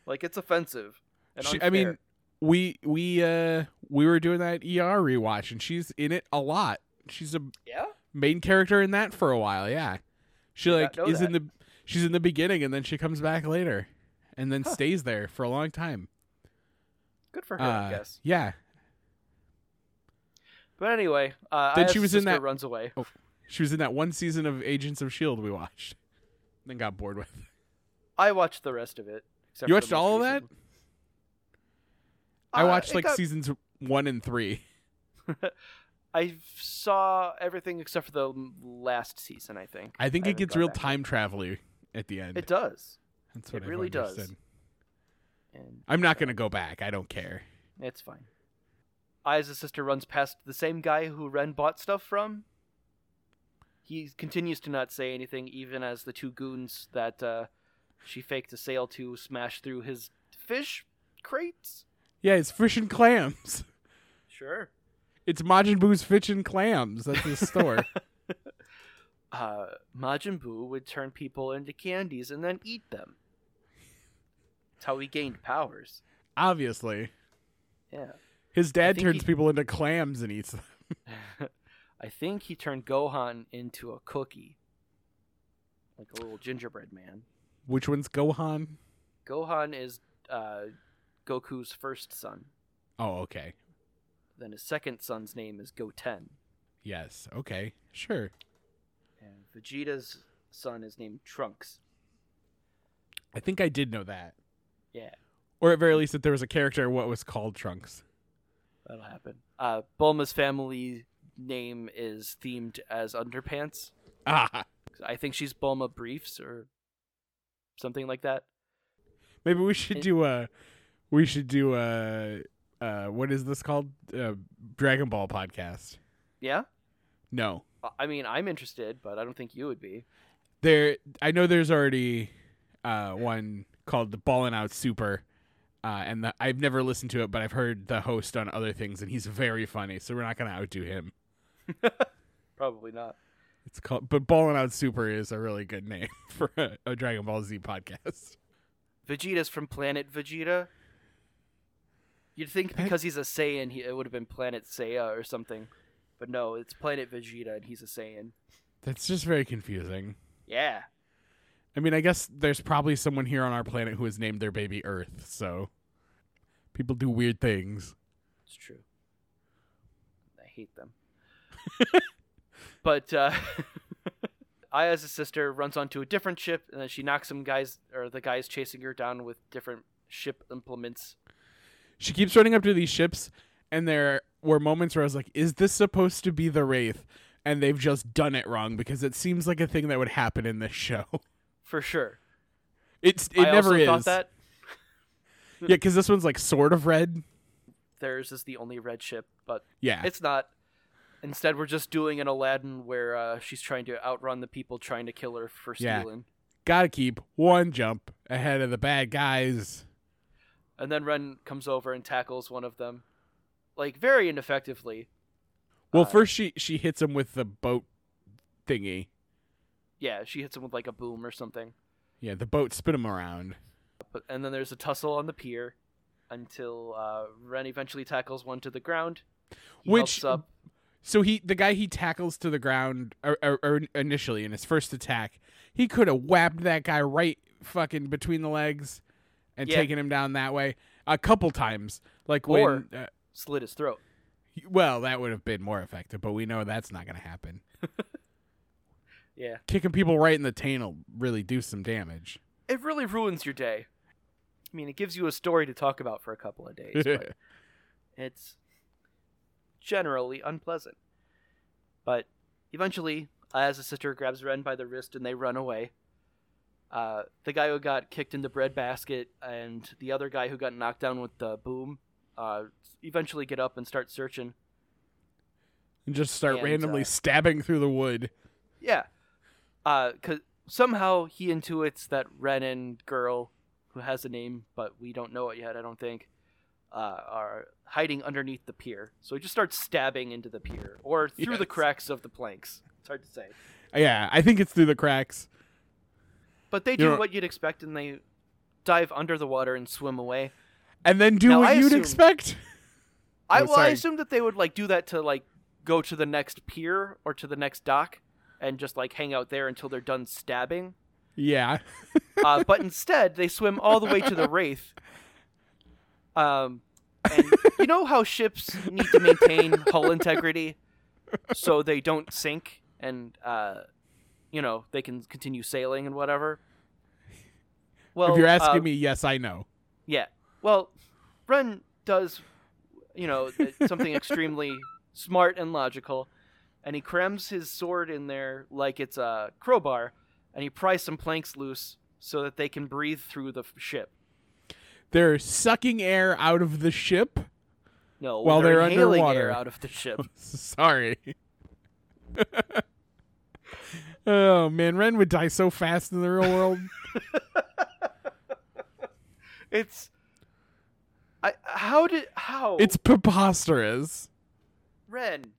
Speaker 2: like, it's offensive. And
Speaker 3: She- I mean,
Speaker 2: unfair.
Speaker 3: we we uh we were doing that ER rewatch, and she's in it a lot. She's a
Speaker 2: yeah.
Speaker 3: main character in that for a while. Yeah, she
Speaker 2: not
Speaker 3: like
Speaker 2: know
Speaker 3: is in the she's in the beginning, and then she comes back later, and then
Speaker 2: Huh.
Speaker 3: stays there for a long time.
Speaker 2: Good for her,
Speaker 3: uh,
Speaker 2: I guess.
Speaker 3: Yeah,
Speaker 2: But anyway, uh,
Speaker 3: Then
Speaker 2: Aya's
Speaker 3: she was in
Speaker 2: sister
Speaker 3: that-
Speaker 2: runs away.
Speaker 3: she was in that one season of Agents of Shield E we watched, and then got bored with.
Speaker 2: I watched the rest of it. except
Speaker 3: You
Speaker 2: for the
Speaker 3: watched
Speaker 2: most
Speaker 3: all of
Speaker 2: recent
Speaker 3: that?
Speaker 2: one.
Speaker 3: I
Speaker 2: Uh,
Speaker 3: watched
Speaker 2: it
Speaker 3: like
Speaker 2: got-
Speaker 3: seasons one and three.
Speaker 2: I saw everything except for the last season, I think.
Speaker 3: I think
Speaker 2: I
Speaker 3: it
Speaker 2: haven't
Speaker 3: gets
Speaker 2: gone
Speaker 3: real
Speaker 2: back.
Speaker 3: time travel at the end.
Speaker 2: It does.
Speaker 3: That's
Speaker 2: it
Speaker 3: what I've
Speaker 2: really does.
Speaker 3: understood.
Speaker 2: And
Speaker 3: I'm not gonna go back. I don't care.
Speaker 2: It's fine. Aya's sister runs past the same guy who Ren bought stuff from. He continues to not say anything, even as the two goons that uh, she faked a sale to smash through his fish crates.
Speaker 3: Yeah, it's fish and clams.
Speaker 2: Sure.
Speaker 3: It's Majin Buu's Fish and Clams. That's his store.
Speaker 2: Uh, Majin Buu would turn people into candies and then eat them. It's how he gained powers.
Speaker 3: Obviously,
Speaker 2: Yeah.
Speaker 3: his dad
Speaker 2: think
Speaker 3: turns
Speaker 2: he-
Speaker 3: people into clams and eats them.
Speaker 2: I think he turned Gohan into a cookie. Like a little gingerbread man.
Speaker 3: Which one's Gohan?
Speaker 2: Gohan is uh, Goku's first son.
Speaker 3: Oh, okay.
Speaker 2: Then his second son's name is Goten.
Speaker 3: Yes. Okay. Sure.
Speaker 2: And Vegeta's son is named Trunks.
Speaker 3: I think I did know that,
Speaker 2: Yeah,
Speaker 3: or at very least that there was a character what was called Trunks.
Speaker 2: that'll happen. Uh, Bulma's family name is themed as underpants.
Speaker 3: Ah,
Speaker 2: I think she's Bulma Briefs or something like that.
Speaker 3: maybe we should
Speaker 2: It-
Speaker 3: do a, we should do a, uh, what is this called? Uh, Dragon Ball podcast.
Speaker 2: Yeah?
Speaker 3: No,
Speaker 2: I- I mean, I'm interested, but I don't think you would be.
Speaker 3: there. I know there's already, uh, one called the Ballin' Out Super, uh, and the, I've never listened to it, but I've heard the host on other things, and he's very funny. So we're not gonna outdo him.
Speaker 2: Probably not.
Speaker 3: It's called, but Ballin' Out Super is a really good name for a, a Dragon Ball Z podcast.
Speaker 2: Vegeta's from Planet Vegeta. You'd think
Speaker 3: I-
Speaker 2: because he's a Saiyan, he, it would have been Planet Saiya or something. But no, it's Planet Vegeta and he's a Saiyan.
Speaker 3: That's just very confusing.
Speaker 2: Yeah.
Speaker 3: I mean, I guess there's probably someone here on our planet who has named their baby Earth, so people do weird things.
Speaker 2: It's true. I hate them. but uh Aya's sister runs onto a different ship and then she knocks some guys or the guys chasing her down with different ship implements.
Speaker 3: She keeps running up to these ships, and there were moments where I was like, is this supposed to be the Wraith? And they've just done it wrong because it seems like a thing that would happen in this show.
Speaker 2: For sure.
Speaker 3: It's it
Speaker 2: I
Speaker 3: never
Speaker 2: also
Speaker 3: is.
Speaker 2: thought that
Speaker 3: Yeah, because this one's like sort of red.
Speaker 2: theirs is the only red ship, but
Speaker 3: Yeah,
Speaker 2: it's not. Instead we're just doing an Aladdin where uh, she's trying to outrun the people trying to kill her for
Speaker 3: Yeah.
Speaker 2: stealing.
Speaker 3: gotta keep one jump ahead of the bad guys.
Speaker 2: And then Ren comes over and tackles one of them. Like very ineffectively.
Speaker 3: Well,
Speaker 2: Uh,
Speaker 3: first she she hits him with the boat thingy.
Speaker 2: Yeah, she hits him with like a boom or something.
Speaker 3: Yeah, the boat spin him around.
Speaker 2: But, and then there's a tussle on the pier until uh, Ren eventually tackles one to the ground. He
Speaker 3: Which-
Speaker 2: helps up.
Speaker 3: So he, the guy he tackles to the ground, or, or, or initially in his first attack, he could have whapped that guy right fucking between the legs, and
Speaker 2: Yeah.
Speaker 3: taken him down that way a couple times. Like when,
Speaker 2: Or-
Speaker 3: uh,
Speaker 2: slit his throat.
Speaker 3: he- well, that would have been more effective, but we know that's not going to happen.
Speaker 2: Yeah,
Speaker 3: Kicking people right in the tail will really do some damage.
Speaker 2: it really ruins your day. I mean, it gives you a story to talk about for a couple of days,
Speaker 3: yeah,
Speaker 2: but it's generally unpleasant. But eventually, Aya's sister grabs Ren by the wrist and they run away. Uh, the guy who got kicked in the bread basket and the other guy who got knocked down with the boom uh, eventually get up and start searching.
Speaker 3: and just start
Speaker 2: And,
Speaker 3: randomly
Speaker 2: uh,
Speaker 3: stabbing through the wood.
Speaker 2: Yeah. Uh, cause somehow he intuits that Renan girl, who has a name but we don't know it yet, I don't think, uh, are hiding underneath the pier. So he just starts stabbing into the pier or through the
Speaker 3: Yes.
Speaker 2: cracks of the planks. It's hard to say.
Speaker 3: Yeah, I think it's through the cracks.
Speaker 2: But they do
Speaker 3: know-
Speaker 2: what you'd expect and they dive under the water and swim away.
Speaker 3: And then do
Speaker 2: Now,
Speaker 3: what
Speaker 2: I
Speaker 3: you'd
Speaker 2: assume-
Speaker 3: expect.
Speaker 2: I,
Speaker 3: Oh,
Speaker 2: well, I
Speaker 3: sorry.
Speaker 2: assume that they would like do that to like go to the next pier or to the next dock and just like hang out there until they're done stabbing.
Speaker 3: Yeah.
Speaker 2: uh, but instead they swim all the way to the wraith. Um, and you know how ships need to maintain hull integrity so they don't sink and uh, you know they can continue sailing and whatever. Well,
Speaker 3: if you're asking
Speaker 2: uh,
Speaker 3: me, yes, I know.
Speaker 2: yeah. Well, Ren does, you know, th- something extremely smart and logical, and he crams his sword in there like it's a crowbar, and he pries some planks loose so that they can breathe through the f- ship.
Speaker 3: They're sucking air out of the ship.
Speaker 2: No,
Speaker 3: While
Speaker 2: they're,
Speaker 3: they're
Speaker 2: inhaling
Speaker 3: underwater.
Speaker 2: air out of the ship.
Speaker 3: Sorry. oh man, Ren would die so fast in the real world.
Speaker 2: It's, I how did how
Speaker 3: it's preposterous.
Speaker 2: Ren,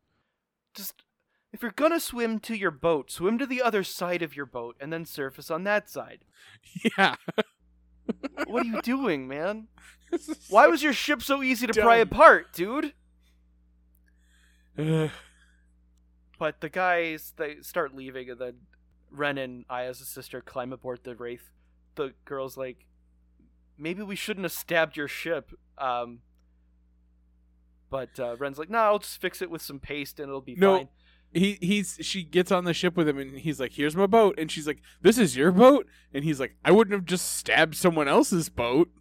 Speaker 2: just if you're gonna swim to your boat, swim to the other side of your boat and then surface on that side.
Speaker 3: Yeah.
Speaker 2: What are you doing, man? Why was your ship so easy to pry
Speaker 3: dumb.
Speaker 2: apart, dude?
Speaker 3: Ugh.
Speaker 2: But the guys they start leaving, and then Ren and Aya's sister climb aboard the wraith. The girl's like, "Maybe we shouldn't have stabbed your ship." Um, but uh, Ren's like, "No, I'll just fix it with some paste, and it'll be
Speaker 3: No.
Speaker 2: fine."
Speaker 3: He he's she gets on the ship with him and he's like, "Here's my boat," and she's like, "This is your boat," and he's like, "I wouldn't have just stabbed someone else's boat."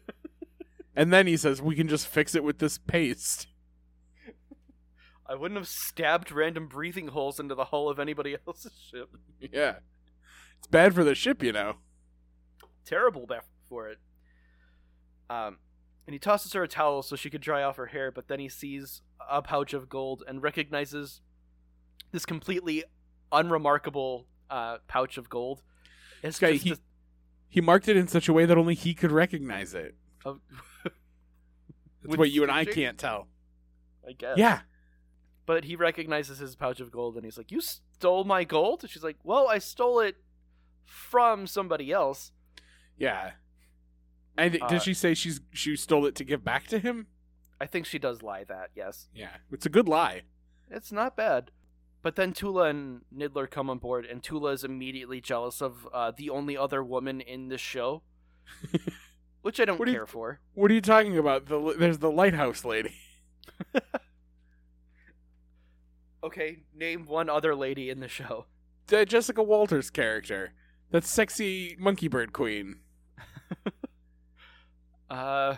Speaker 3: and then he says, "We can just fix it with this paste."
Speaker 2: I wouldn't have stabbed random breathing holes into the hull of anybody else's ship.
Speaker 3: Yeah, it's bad for the ship, you know.
Speaker 2: Terrible ba- for it. Um, and he tosses her a towel so she could dry off her hair, but then he sees a pouch of gold and recognizes this completely unremarkable uh, pouch of gold.
Speaker 3: This
Speaker 2: It's
Speaker 3: guy,
Speaker 2: just
Speaker 3: he-
Speaker 2: a-
Speaker 3: He marked it in such a way that only he could recognize it.
Speaker 2: Of-
Speaker 3: That's
Speaker 2: With
Speaker 3: what you and I
Speaker 2: stitching?
Speaker 3: can't tell.
Speaker 2: I guess.
Speaker 3: Yeah,
Speaker 2: But he recognizes his pouch of gold and he's like, You stole my gold? And she's like, Well, I stole it from somebody else.
Speaker 3: yeah. I think
Speaker 2: Uh,
Speaker 3: did she say she's she stole it to give back to him?
Speaker 2: I think she does lie that, yes.
Speaker 3: Yeah, it's a good lie.
Speaker 2: It's not bad. But then Tula and Nidler come on board, and Tula is immediately jealous of uh, the only other woman in this show, which I don't
Speaker 3: What do you-
Speaker 2: care for.
Speaker 3: What are you talking about? The li- there's the lighthouse lady.
Speaker 2: Okay, name one other lady in the show.
Speaker 3: uh, Jessica Walters character, that sexy monkey bird queen.
Speaker 2: Uh,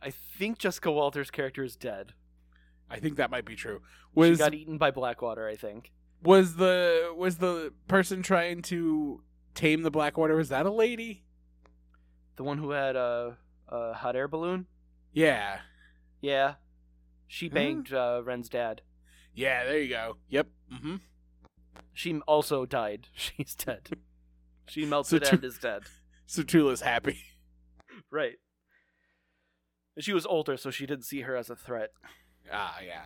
Speaker 2: I think Jessica Walter's character is dead.
Speaker 3: I think that might be true.
Speaker 2: she
Speaker 3: Was
Speaker 2: got e- eaten by Blackwater, I think.
Speaker 3: was the was the person trying to tame the Blackwater? Was that a lady?
Speaker 2: The one who had a, a hot air balloon?
Speaker 3: Yeah,
Speaker 2: Yeah. She
Speaker 3: Huh?
Speaker 2: banged uh, Ren's dad.
Speaker 3: yeah. There you go. Yep. Mm-hmm.
Speaker 2: She also died. She's dead. She melted
Speaker 3: two-
Speaker 2: and is dead.
Speaker 3: So Tula's happy.
Speaker 2: Right. And She was older, so she didn't see her as a threat.
Speaker 3: Ah, yeah,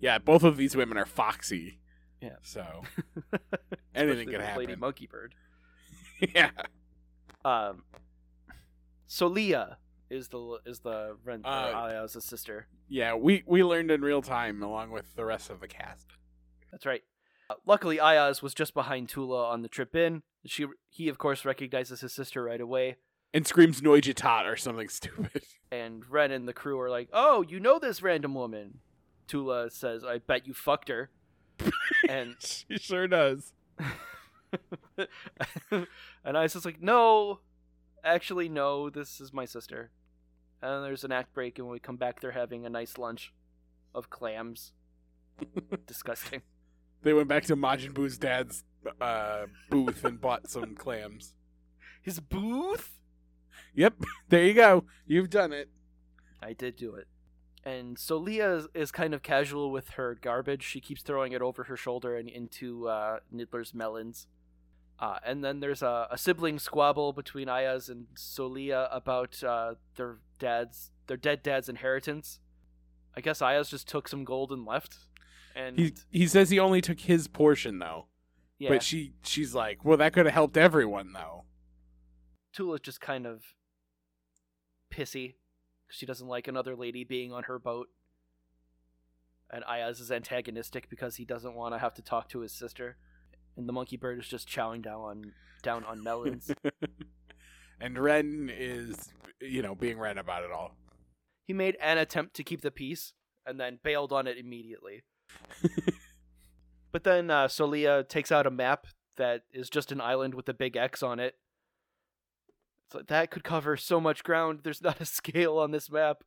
Speaker 3: yeah. Both of these women are foxy.
Speaker 2: Yeah.
Speaker 3: So anything
Speaker 2: Especially
Speaker 3: could
Speaker 2: with Lady
Speaker 3: happen.
Speaker 2: Monkeybird.
Speaker 3: yeah.
Speaker 2: Um. So Leah is the is the Ren,
Speaker 3: Uh,
Speaker 2: uh, Aya's sister.
Speaker 3: Yeah. We we learned in real time along with the rest of the cast.
Speaker 2: That's right. Uh, luckily, Ayaz was just behind Tula on the trip in. She he of course recognizes his sister right away,
Speaker 3: And screams Noijitat or something stupid.
Speaker 2: and Ren and the crew are like, "Oh, you know this random woman." Tula says, "I bet you fucked her," and
Speaker 3: she sure does.
Speaker 2: and I was just like, no, actually, no, this is my sister. And there's an act break, and when we come back, they're having a nice lunch of clams. Disgusting.
Speaker 3: They went back to Majin Buu's dad's uh, booth and bought some clams.
Speaker 2: His booth?
Speaker 3: Yep, there you go. You've done it.
Speaker 2: I did do it. And so Leah is, is kind of casual with her garbage. She keeps throwing it over her shoulder and into uh, Niddler's melons. Uh, and then there's a, a sibling squabble between Ayaz and Solia about uh, their dad's their dead dad's inheritance. I guess Ayaz just took some gold and left. And
Speaker 3: He he says he only took his portion though,
Speaker 2: yeah,
Speaker 3: but she she's like, well, that could have helped everyone though.
Speaker 2: Tula's just kind of pissy. She doesn't like another lady being on her boat. And Ayaz is antagonistic because he doesn't want to have to talk to his sister. And the monkey bird is just chowing down on down on melons.
Speaker 3: and Ren is you know being Ren about it all.
Speaker 2: he made an attempt to keep the peace and then bailed on it immediately. but then uh, Solia takes out a map that is just an island with a big X on it. It's like that could cover so much ground. There's not a scale on this map.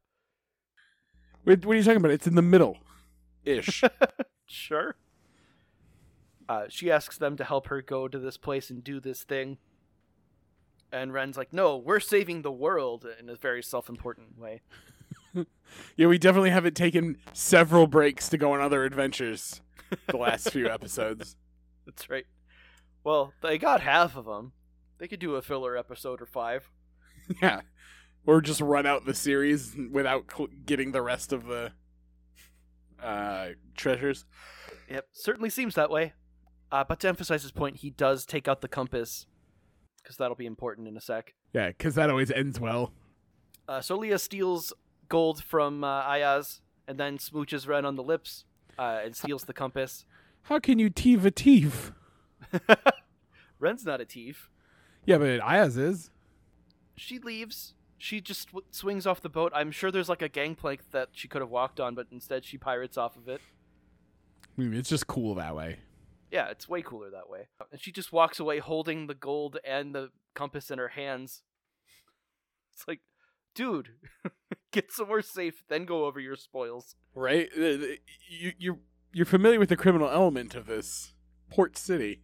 Speaker 3: What, what are you talking about? It's in the middle, ish.
Speaker 2: Sure. Uh, she asks them to help her go to this place and do this thing. And Ren's like, no, we're saving the world in a very self important way.
Speaker 3: yeah, we definitely haven't taken several breaks to go on other adventures the last few episodes.
Speaker 2: That's right. Well, they got half of them. They could do a filler episode or five.
Speaker 3: Yeah. Or just run out the series without cl- getting the rest of the uh, treasures.
Speaker 2: Yep, certainly seems that way. Uh, but to emphasize his point, he does take out the compass because that'll be important in a sec.
Speaker 3: Yeah, because that always ends well.
Speaker 2: Uh, so Leah steals gold from uh, Ayaz and then smooches Ren on the lips uh, and steals the compass.
Speaker 3: How can you teeve a teeve?
Speaker 2: Ren's not a thief.
Speaker 3: Yeah, but Ayaz is.
Speaker 2: She leaves. She just w- swings off the boat. I'm sure there's like a gangplank that she could have walked on, but instead she pirates off of it.
Speaker 3: I mean, it's just cool that way.
Speaker 2: Yeah, it's way cooler that way. And she just walks away holding the gold and the compass in her hands. It's like, dude, get somewhere safe, then go over your spoils.
Speaker 3: Right? Uh, You you you're familiar with the criminal element of this port city.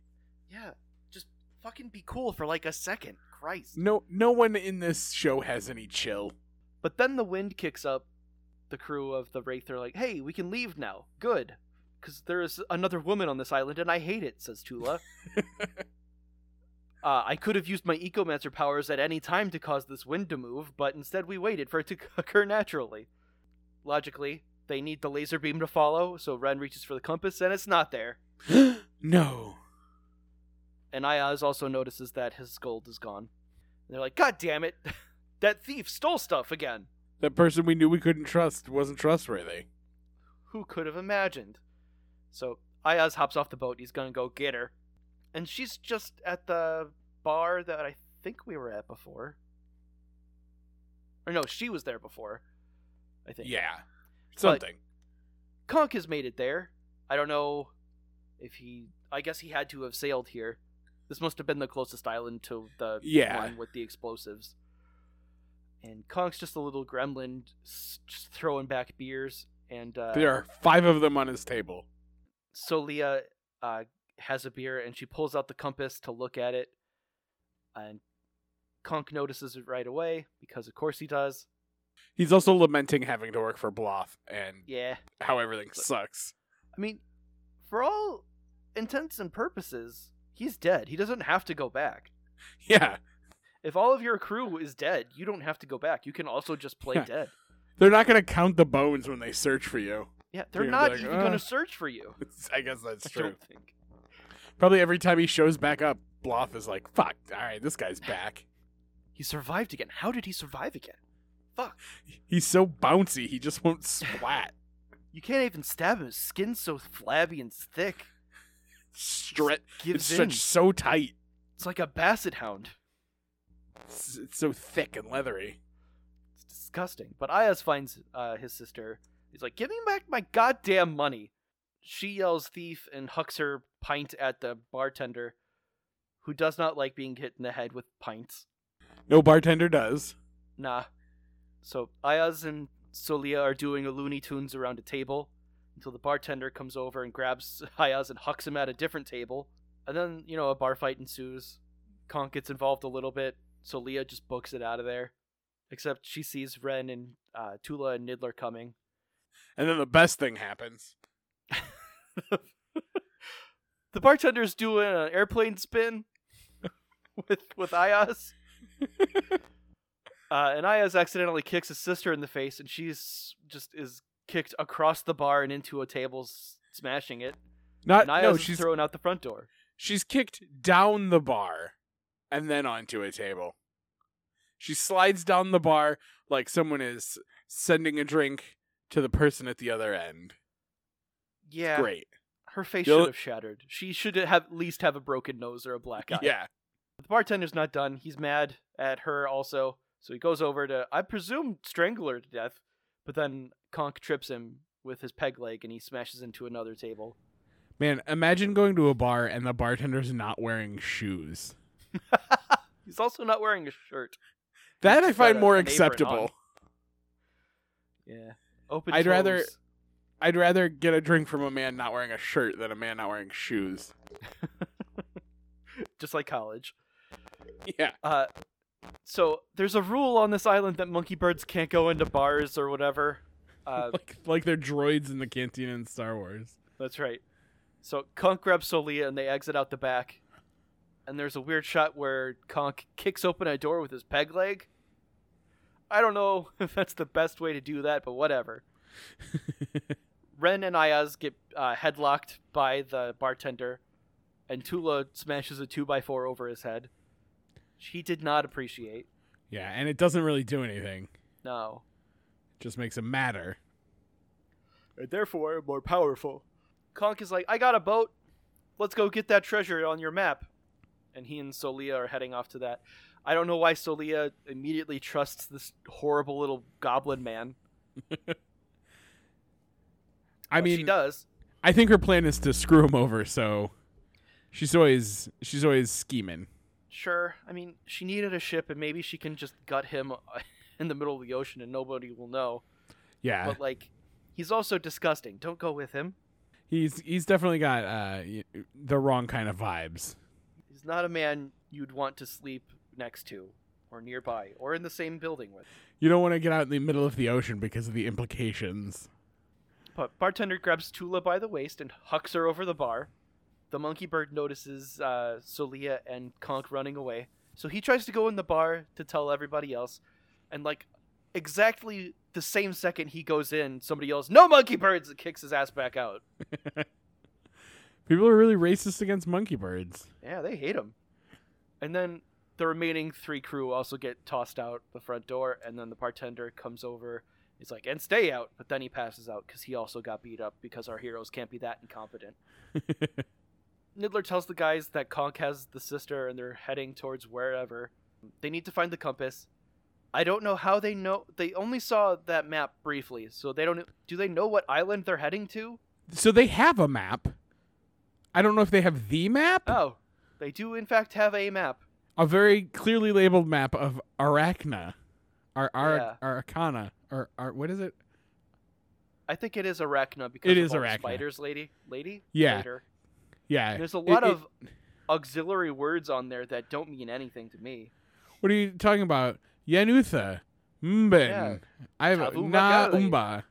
Speaker 2: Yeah, just fucking be cool for like a second. Christ.
Speaker 3: No no one in this show has any chill.
Speaker 2: But then the wind kicks up. The crew of the Wraith are like, hey, we can leave now. Good. Because there is another woman on this island and I hate it, says Tula. uh, I could have used my Ecomancer powers at any time to cause this wind to move, but instead we waited for it to occur naturally. Logically, they need the laser beam to follow, so Ren reaches for the compass and it's not there.
Speaker 3: no.
Speaker 2: And Ayaz also notices that his gold is gone. And they're like, God damn it! that thief stole stuff again!
Speaker 3: That person we knew we couldn't trust wasn't trustworthy.
Speaker 2: Who could have imagined? So Ayaz hops off the boat. He's gonna go get her, and she's just at the bar that I think we were at before. Or no, she was there before. I think.
Speaker 3: Yeah. Something.
Speaker 2: Conk has made it there. I don't know if he. I guess he had to have sailed here. This must have been the closest island to the
Speaker 3: Yeah.
Speaker 2: one with the explosives. And Conk's just a little gremlin, s- just throwing back beers. And uh,
Speaker 3: there are five of them on his table.
Speaker 2: so Leah uh, has a beer and she pulls out the compass to look at it, and Conk notices it right away because of course he does.
Speaker 3: He's also lamenting having to work for Bloth and
Speaker 2: Yeah,
Speaker 3: how everything sucks.
Speaker 2: I mean, for all intents and purposes, he's dead. He doesn't have to go back.
Speaker 3: Yeah.
Speaker 2: If all of your crew is dead, you don't have to go back. You can also just play
Speaker 3: Yeah.
Speaker 2: dead.
Speaker 3: They're not going to count the bones when they search for you.
Speaker 2: Yeah, they're
Speaker 3: You're
Speaker 2: not
Speaker 3: like,
Speaker 2: even
Speaker 3: "Ah."
Speaker 2: going to search for you.
Speaker 3: I guess that's
Speaker 2: I
Speaker 3: true.
Speaker 2: don't think.
Speaker 3: Probably every time he shows back up, Bloth is like, fuck, all right, this guy's back.
Speaker 2: He survived again. How did he survive again? Fuck.
Speaker 3: He's so bouncy, he just won't splat.
Speaker 2: You can't even stab him. His skin's so flabby and thick.
Speaker 3: Stretch. It's
Speaker 2: Gives in.
Speaker 3: stretched so tight.
Speaker 2: It's like a basset hound.
Speaker 3: It's, it's so thick and leathery.
Speaker 2: It's disgusting. But Ayaz finds uh, his sister. He's like, "Give me back my goddamn money!" She yells "thief" and hucks her pint at the bartender, who does not like being hit in the head with pints.
Speaker 3: No bartender does.
Speaker 2: Nah. So Ayaz and Solia are doing a Looney Tunes around a table until the bartender comes over and grabs Ayaz and hucks him at a different table. And then, you know, a bar fight ensues. Conk gets involved a little bit. Solia just books it out of there. Except she sees Ren and uh, Tula and Nidler coming.
Speaker 3: And then the best thing happens.
Speaker 2: The bartender's doing an airplane spin with with Ayaz. uh, and Ayaz accidentally kicks his sister in the face, and she's just is kicked across the bar and into a table, s- smashing it.
Speaker 3: Not
Speaker 2: and Ayaz
Speaker 3: Uh, no,
Speaker 2: is
Speaker 3: she's
Speaker 2: thrown out the front door.
Speaker 3: she's kicked down the bar and then onto a table. She slides down the bar like someone is sending a drink to the person at the other end.
Speaker 2: Yeah,
Speaker 3: Great.
Speaker 2: her face
Speaker 3: You'll-
Speaker 2: should have shattered. She should have at least have a broken nose or a black eye.
Speaker 3: Yeah.
Speaker 2: The bartender's not done. He's mad at her also, so he goes over to I presume strangle her to death, but then Conk trips him with his peg leg and he smashes into another table.
Speaker 3: Man, imagine going to a bar and the bartender's not wearing shoes.
Speaker 2: He's also not wearing a shirt.
Speaker 3: That I
Speaker 2: just got
Speaker 3: find
Speaker 2: a-
Speaker 3: more
Speaker 2: an apron on.
Speaker 3: acceptable.
Speaker 2: Yeah. Open.
Speaker 3: I'd rather-
Speaker 2: toes.
Speaker 3: I'd rather get a drink from a man not wearing a shirt than a man not wearing shoes.
Speaker 2: just like college.
Speaker 3: Yeah.
Speaker 2: Uh, so there's a rule on this island that monkey birds can't go into bars or whatever. Uh,
Speaker 3: Like like they're droids in the cantina in Star Wars.
Speaker 2: that's right. So Conk grabs Solia and they exit out the back. And there's a weird shot where Conk kicks open a door with his peg leg. I don't know if that's the best way to do that, but whatever. Ren and Ayaz get uh, headlocked by the bartender, and Tula smashes a 2x4 over his head. He did not appreciate.
Speaker 3: Yeah, and it doesn't really do anything.
Speaker 2: No.
Speaker 3: It just makes him madder.
Speaker 2: And therefore, more powerful. Conk is like, I got a boat. Let's go get that treasure on your map. And he and Solia are heading off to that. I don't know why Solia immediately trusts this horrible little goblin man.
Speaker 3: I
Speaker 2: But she
Speaker 3: mean,
Speaker 2: does.
Speaker 3: I think her plan is to screw him over, so she's always she's always scheming.
Speaker 2: Sure. I mean, she needed a ship, and maybe she can just gut him uh, in the middle of the ocean, and nobody will know.
Speaker 3: Yeah.
Speaker 2: But like, he's also disgusting. Don't go with him.
Speaker 3: He's he's definitely got uh y- the wrong kind of vibes.
Speaker 2: He's not a man you'd want to sleep next to, or nearby, or in the same building with.
Speaker 3: You don't want to get out in the middle of the ocean because of the implications.
Speaker 2: But bartender grabs Tula by the waist and hucks her over the bar. The monkey bird notices uh, Solia and Conk running away, so he tries to go in the bar to tell everybody else. And like exactly the same second he goes in, somebody yells, "No monkey birds!" and kicks his ass back out.
Speaker 3: People are really racist against monkey birds.
Speaker 2: Yeah, they hate him. And then the remaining three crew also get tossed out the front door, and then the bartender comes over. He's like, and stay out, but then he passes out because he also got beat up because our heroes can't be that incompetent. Niddler tells the guys that Conk has the sister and they're heading towards wherever. They need to find the compass. I don't know how they know. They only saw that map briefly, so they don't. Do they know what island they're heading to?
Speaker 3: So they have a map. I don't know if they have the map,
Speaker 2: Oh, they do in fact have a map.
Speaker 3: a very clearly labeled map of Arachna, or Ar- Aracana, or Ar- what is it?
Speaker 2: I think it is Arachna because
Speaker 3: It
Speaker 2: of
Speaker 3: is
Speaker 2: all the
Speaker 3: Arachna.
Speaker 2: Spiders, lady, lady.
Speaker 3: Yeah.
Speaker 2: Later.
Speaker 3: Yeah,
Speaker 2: There's a
Speaker 3: it-
Speaker 2: lot
Speaker 3: it-
Speaker 2: of auxiliary words on there that don't mean anything to me.
Speaker 3: What are you talking about? Yanutha, Mben, I have
Speaker 2: Tavu
Speaker 3: Na
Speaker 2: Magali.
Speaker 3: Umba.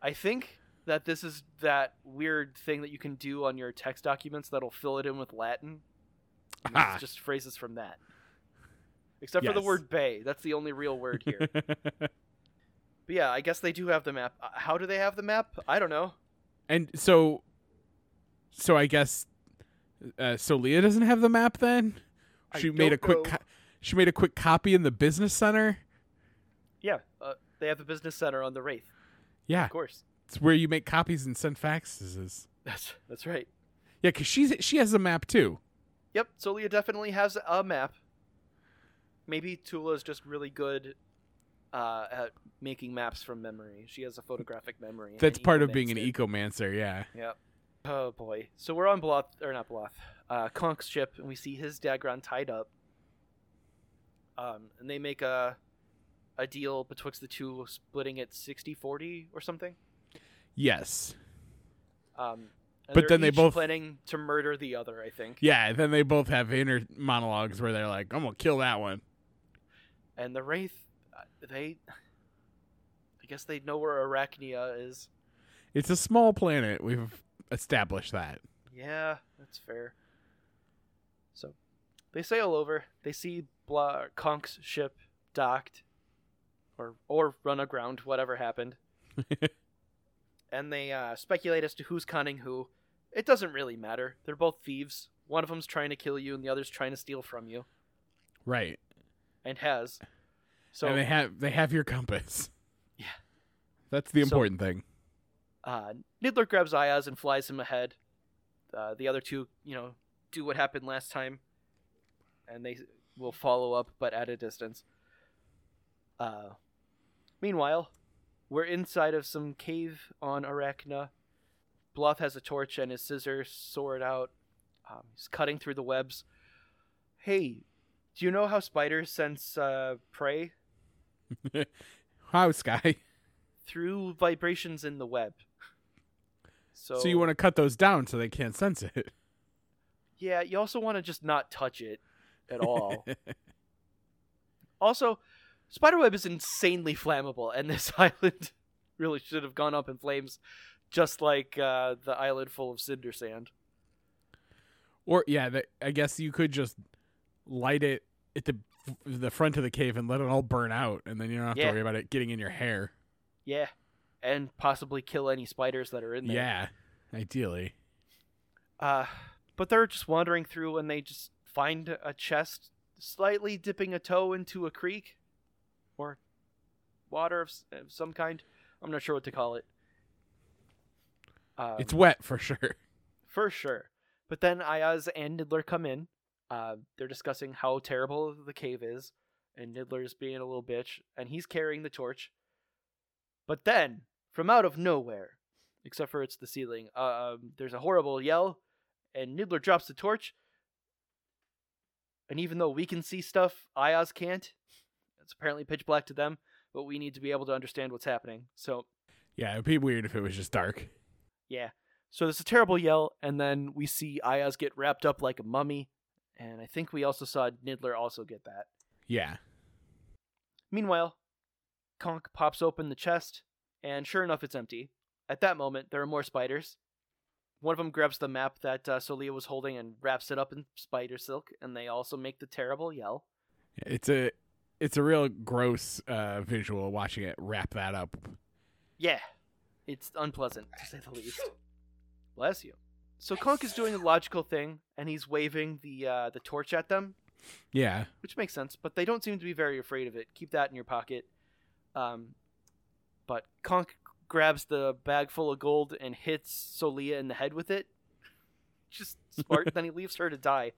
Speaker 2: I think that this is that weird thing that you can do on your text documents that'll fill it in with Latin. And
Speaker 3: Ah.
Speaker 2: It's just phrases from that. Except for the
Speaker 3: Yes.
Speaker 2: word bay. That's the only real word here. but yeah, I guess they do have the map. Uh, How do they have the map? I don't know.
Speaker 3: And so, so I guess, uh, so Leah doesn't have the map then.
Speaker 2: I
Speaker 3: She made
Speaker 2: don't
Speaker 3: a quick,
Speaker 2: know.
Speaker 3: co- she made a quick copy in the business center.
Speaker 2: Yeah. Uh, they have the business center on the Wraith,
Speaker 3: Yeah,
Speaker 2: of course.
Speaker 3: it's where you make copies and send faxes.
Speaker 2: That's that's right.
Speaker 3: Yeah, cause she's she has a map too.
Speaker 2: Yep, Solia definitely has a map. Maybe Tula's just really good uh, at making maps from memory. She has a photographic memory. and
Speaker 3: That's
Speaker 2: an
Speaker 3: part of being an
Speaker 2: ecomancer.
Speaker 3: ecomancer. Yeah,
Speaker 2: Yep. Oh boy. So we're on Bloth or not Bloth, uh, Conk's ship, and we see his Dagron tied up. Um, and they make a a deal betwixt the two, splitting it 60-40 or something.
Speaker 3: yes,
Speaker 2: Um,
Speaker 3: But
Speaker 2: and they're
Speaker 3: then they
Speaker 2: each
Speaker 3: both-
Speaker 2: planning to murder the other. I think.
Speaker 3: yeah. Then they both have inner monologues where they're like, "I'm gonna kill that one."
Speaker 2: and the wraith uh, they i guess they know where arachnia is
Speaker 3: It's a small planet. We've established that.
Speaker 2: yeah that's fair so they sail over they see Bla- conk's ship docked or or run aground whatever happened and they uh, speculate as to who's conning who it doesn't really matter they're both thieves one of them's trying to kill you and the other's trying to steal from you
Speaker 3: Right.
Speaker 2: and has so
Speaker 3: and they have they have your compass.
Speaker 2: Yeah.
Speaker 3: That's the
Speaker 2: So-
Speaker 3: important thing.
Speaker 2: Uh, Niddler grabs Ayaz and flies him ahead. Uh, the other two, you know, do what happened last time, and they will follow up, but at a distance. Uh, meanwhile, we're inside of some cave on Arachna. Bloth has a torch and his scissors sword out. Um, he's cutting through the webs. Hey, do you know how spiders sense uh, prey?
Speaker 3: How Sky?
Speaker 2: Through vibrations in the web. So,
Speaker 3: So you want to cut those down so they can't sense it.
Speaker 2: Yeah, you also want to just not touch it at all. also, spiderweb is insanely flammable, and this island really should have gone up in flames, just like uh, the island full of cinder sand.
Speaker 3: Or yeah, that, I guess you could just light it at the the front of the cave and let it all burn out, and then you don't have
Speaker 2: Yeah.
Speaker 3: to worry about it getting in your hair.
Speaker 2: Yeah, and possibly kill any spiders that are in there.
Speaker 3: Yeah, ideally.
Speaker 2: Uh, but they're just wandering through and they just find a chest slightly dipping a toe into a creek or water of, s- of some kind. I'm not sure what to call it. Um,
Speaker 3: It's wet for sure.
Speaker 2: for sure. But then Ayaz and Nidler come in. Uh, they're discussing how terrible the cave is, and Nidler's being a little bitch, and he's carrying the torch. But then, from out of nowhere, except for it's the ceiling, uh, um, there's a horrible yell, and Nidler drops the torch. And even though we can see stuff, Ayaz can't. It's apparently pitch black to them, but we need to be able to understand what's happening. So
Speaker 3: Yeah, it'd be weird if it was just dark.
Speaker 2: yeah. So there's a terrible yell, and then we see Ayaz get wrapped up like a mummy, and I think we also saw Nidler also get that.
Speaker 3: Yeah.
Speaker 2: Meanwhile, Conk pops open the chest, and sure enough, it's empty. At that moment, there are more spiders. One of them grabs the map that uh, Solia was holding and wraps it up in spider silk, and they also make the terrible yell.
Speaker 3: It's a it's a real gross uh, visual watching it wrap that up.
Speaker 2: Yeah, it's unpleasant to say the least. Bless you. So Conk is doing the logical thing, and he's waving the uh, the torch at them,
Speaker 3: Yeah.
Speaker 2: which makes sense. But they don't seem to be very afraid of it. Keep that in your pocket. Um, but Conk grabs the bag full of gold and hits Solia in the head with it. Just smart. then he leaves her to die.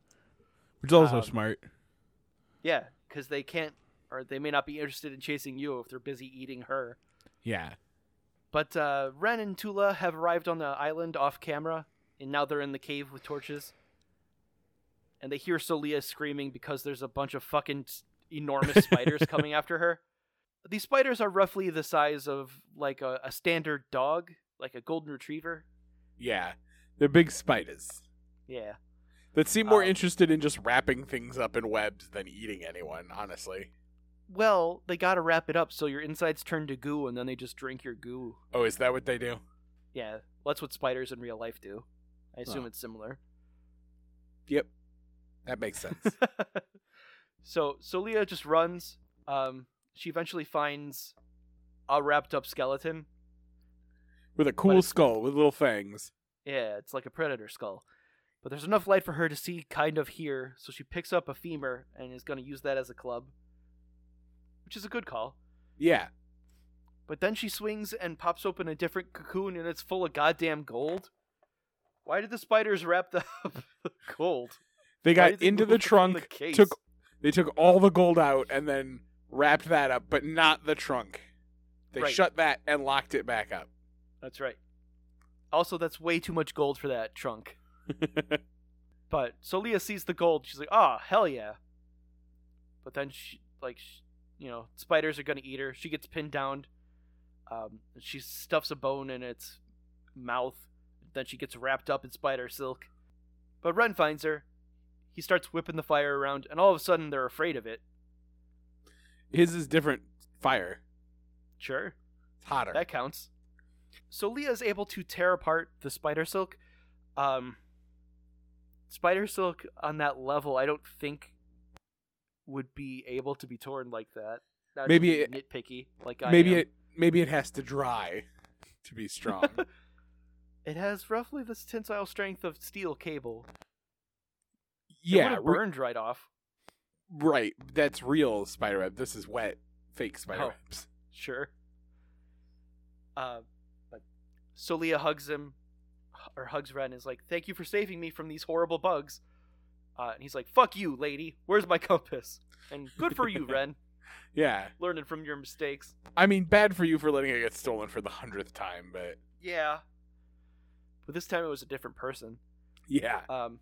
Speaker 3: Which is also
Speaker 2: Um,
Speaker 3: smart.
Speaker 2: Yeah, because they can't, or they may not be interested in chasing you if they're busy eating her.
Speaker 3: Yeah.
Speaker 2: But uh, Ren and Tula have arrived on the island off camera, and now they're in the cave with torches. And they hear Solia screaming because there's a bunch of fucking s- enormous spiders coming after her. These spiders are roughly the size of like a, a standard dog, like a golden retriever.
Speaker 4: Yeah. They're big spiders
Speaker 2: Yeah.
Speaker 4: that seem more
Speaker 2: Um,
Speaker 4: interested in just wrapping things up in webs than eating anyone, honestly.
Speaker 2: Well, they gotta wrap it up so your insides turn to goo and then they just drink your goo.
Speaker 4: Oh, is that what they do?
Speaker 2: Yeah, that's what spiders in real life do. I assume
Speaker 4: Huh.
Speaker 2: it's similar.
Speaker 4: Yep. That makes sense.
Speaker 2: so Solia just runs. Um, she eventually finds a wrapped up skeleton.
Speaker 4: with a
Speaker 2: But
Speaker 4: cool
Speaker 2: it's-
Speaker 4: skull with little fangs.
Speaker 2: Yeah, it's like a predator skull. But there's enough light for her to see kind of here, so she picks up a femur and is going to use that as a club, which is a good call.
Speaker 4: Yeah.
Speaker 2: But then she swings and pops open a different cocoon and it's full of goddamn gold. Why did the spiders wrap the gold?
Speaker 4: They
Speaker 2: Why
Speaker 4: got
Speaker 2: did they
Speaker 4: into
Speaker 2: move
Speaker 4: the
Speaker 2: it from the
Speaker 4: trunk,
Speaker 2: case?
Speaker 4: took they took all the gold out and then wrapped that up, but not the trunk. They
Speaker 2: Right.
Speaker 4: shut that and locked it back up.
Speaker 2: That's right. Also, that's way too much gold for that trunk. But so Leah sees the gold. She's like, "Oh hell yeah!" But then she, like, sh you know, spiders are gonna eat her. She gets pinned down. Um, and she stuffs a bone in its mouth. Then she gets wrapped up in spider silk. But Ren finds her. He starts whipping the fire around, and all of a sudden they're afraid of it.
Speaker 4: His is different fire.
Speaker 2: Sure.
Speaker 4: It's hotter.
Speaker 2: That counts. So Leah is able to tear apart the spider silk. Um, spider silk on that level, I don't think would be able to be torn like that. That'd
Speaker 4: Maybe
Speaker 2: be
Speaker 4: it-
Speaker 2: nitpicky, like I
Speaker 4: maybe
Speaker 2: am.
Speaker 4: it maybe it has to dry to be strong.
Speaker 2: It has roughly the tensile strength of steel cable. it would
Speaker 4: yeah,
Speaker 2: have
Speaker 4: re-
Speaker 2: burned right off.
Speaker 4: right. That's real spider web. This is wet, fake spider
Speaker 2: Oh.
Speaker 4: webs.
Speaker 2: Sure. Uh, but so Leah hugs him, or hugs Ren, and is like, "Thank you for saving me from these horrible bugs." Uh, and he's like, "Fuck you, lady. Where's my compass?" And good for you, Ren,
Speaker 4: Yeah,
Speaker 2: learning from your mistakes.
Speaker 4: I mean, bad for you for letting it get stolen for the hundredth time, but
Speaker 2: Yeah. But this time it was a different person.
Speaker 4: yeah,
Speaker 2: Um,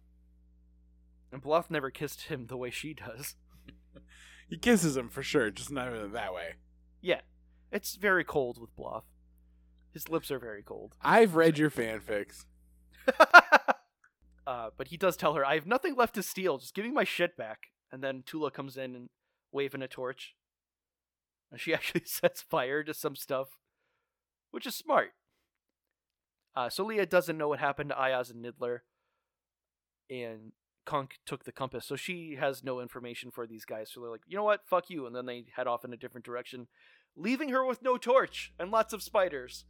Speaker 2: and Bluff never kissed him the way she does.
Speaker 4: he kisses him for sure, just not in that way.
Speaker 2: Yeah, it's very cold with Bluff. His lips are very cold.
Speaker 4: I've read your fanfics.
Speaker 2: uh, but he does tell her, "I have nothing left to steal. Just give me my shit back." And then Tula comes in and waving a torch, and she actually sets fire to some stuff, which is smart. Uh, so Leah doesn't know what happened to Ayaz and Nidler, and Conk took the compass, so she has no information for these guys. So they're like, "You know what? Fuck you!" And then they head off in a different direction, leaving her with no torch and lots of spiders,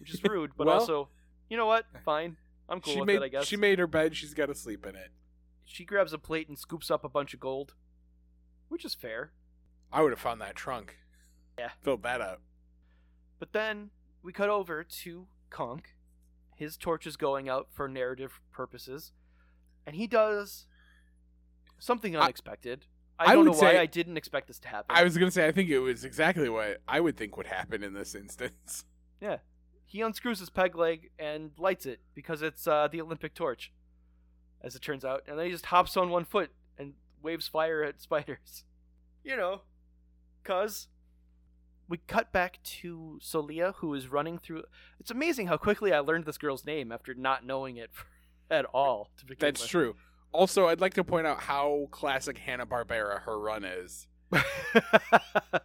Speaker 2: which is rude, but
Speaker 4: Well-
Speaker 2: also, you know what? Fine. I'm cool
Speaker 4: she
Speaker 2: with
Speaker 4: made
Speaker 2: it, I guess.
Speaker 4: she made her bed. She's got to sleep in it.
Speaker 2: She grabs a plate and scoops up a bunch of gold. which is fair.
Speaker 3: I would have found that trunk.
Speaker 2: Yeah.
Speaker 3: Filled that up.
Speaker 2: But then we cut over to Conk. His torch is going out for narrative purposes, and he does something
Speaker 3: I-
Speaker 2: unexpected. I,
Speaker 3: I
Speaker 2: don't know
Speaker 3: would
Speaker 2: why
Speaker 3: say-
Speaker 2: I didn't expect this to happen.
Speaker 3: I was gonna say I think it was exactly what I would think would happen in this instance.
Speaker 2: He unscrews his peg leg and lights it because it's uh, the Olympic torch, as it turns out. And then he just hops on one foot and waves fire at spiders. You know, cuz. We cut back to Solia, who is running through. It's amazing how quickly I learned this girl's name after not knowing it at all. To begin
Speaker 3: That's
Speaker 2: with.
Speaker 3: true. Also, I'd like to point out how classic Hanna Barbera her run is.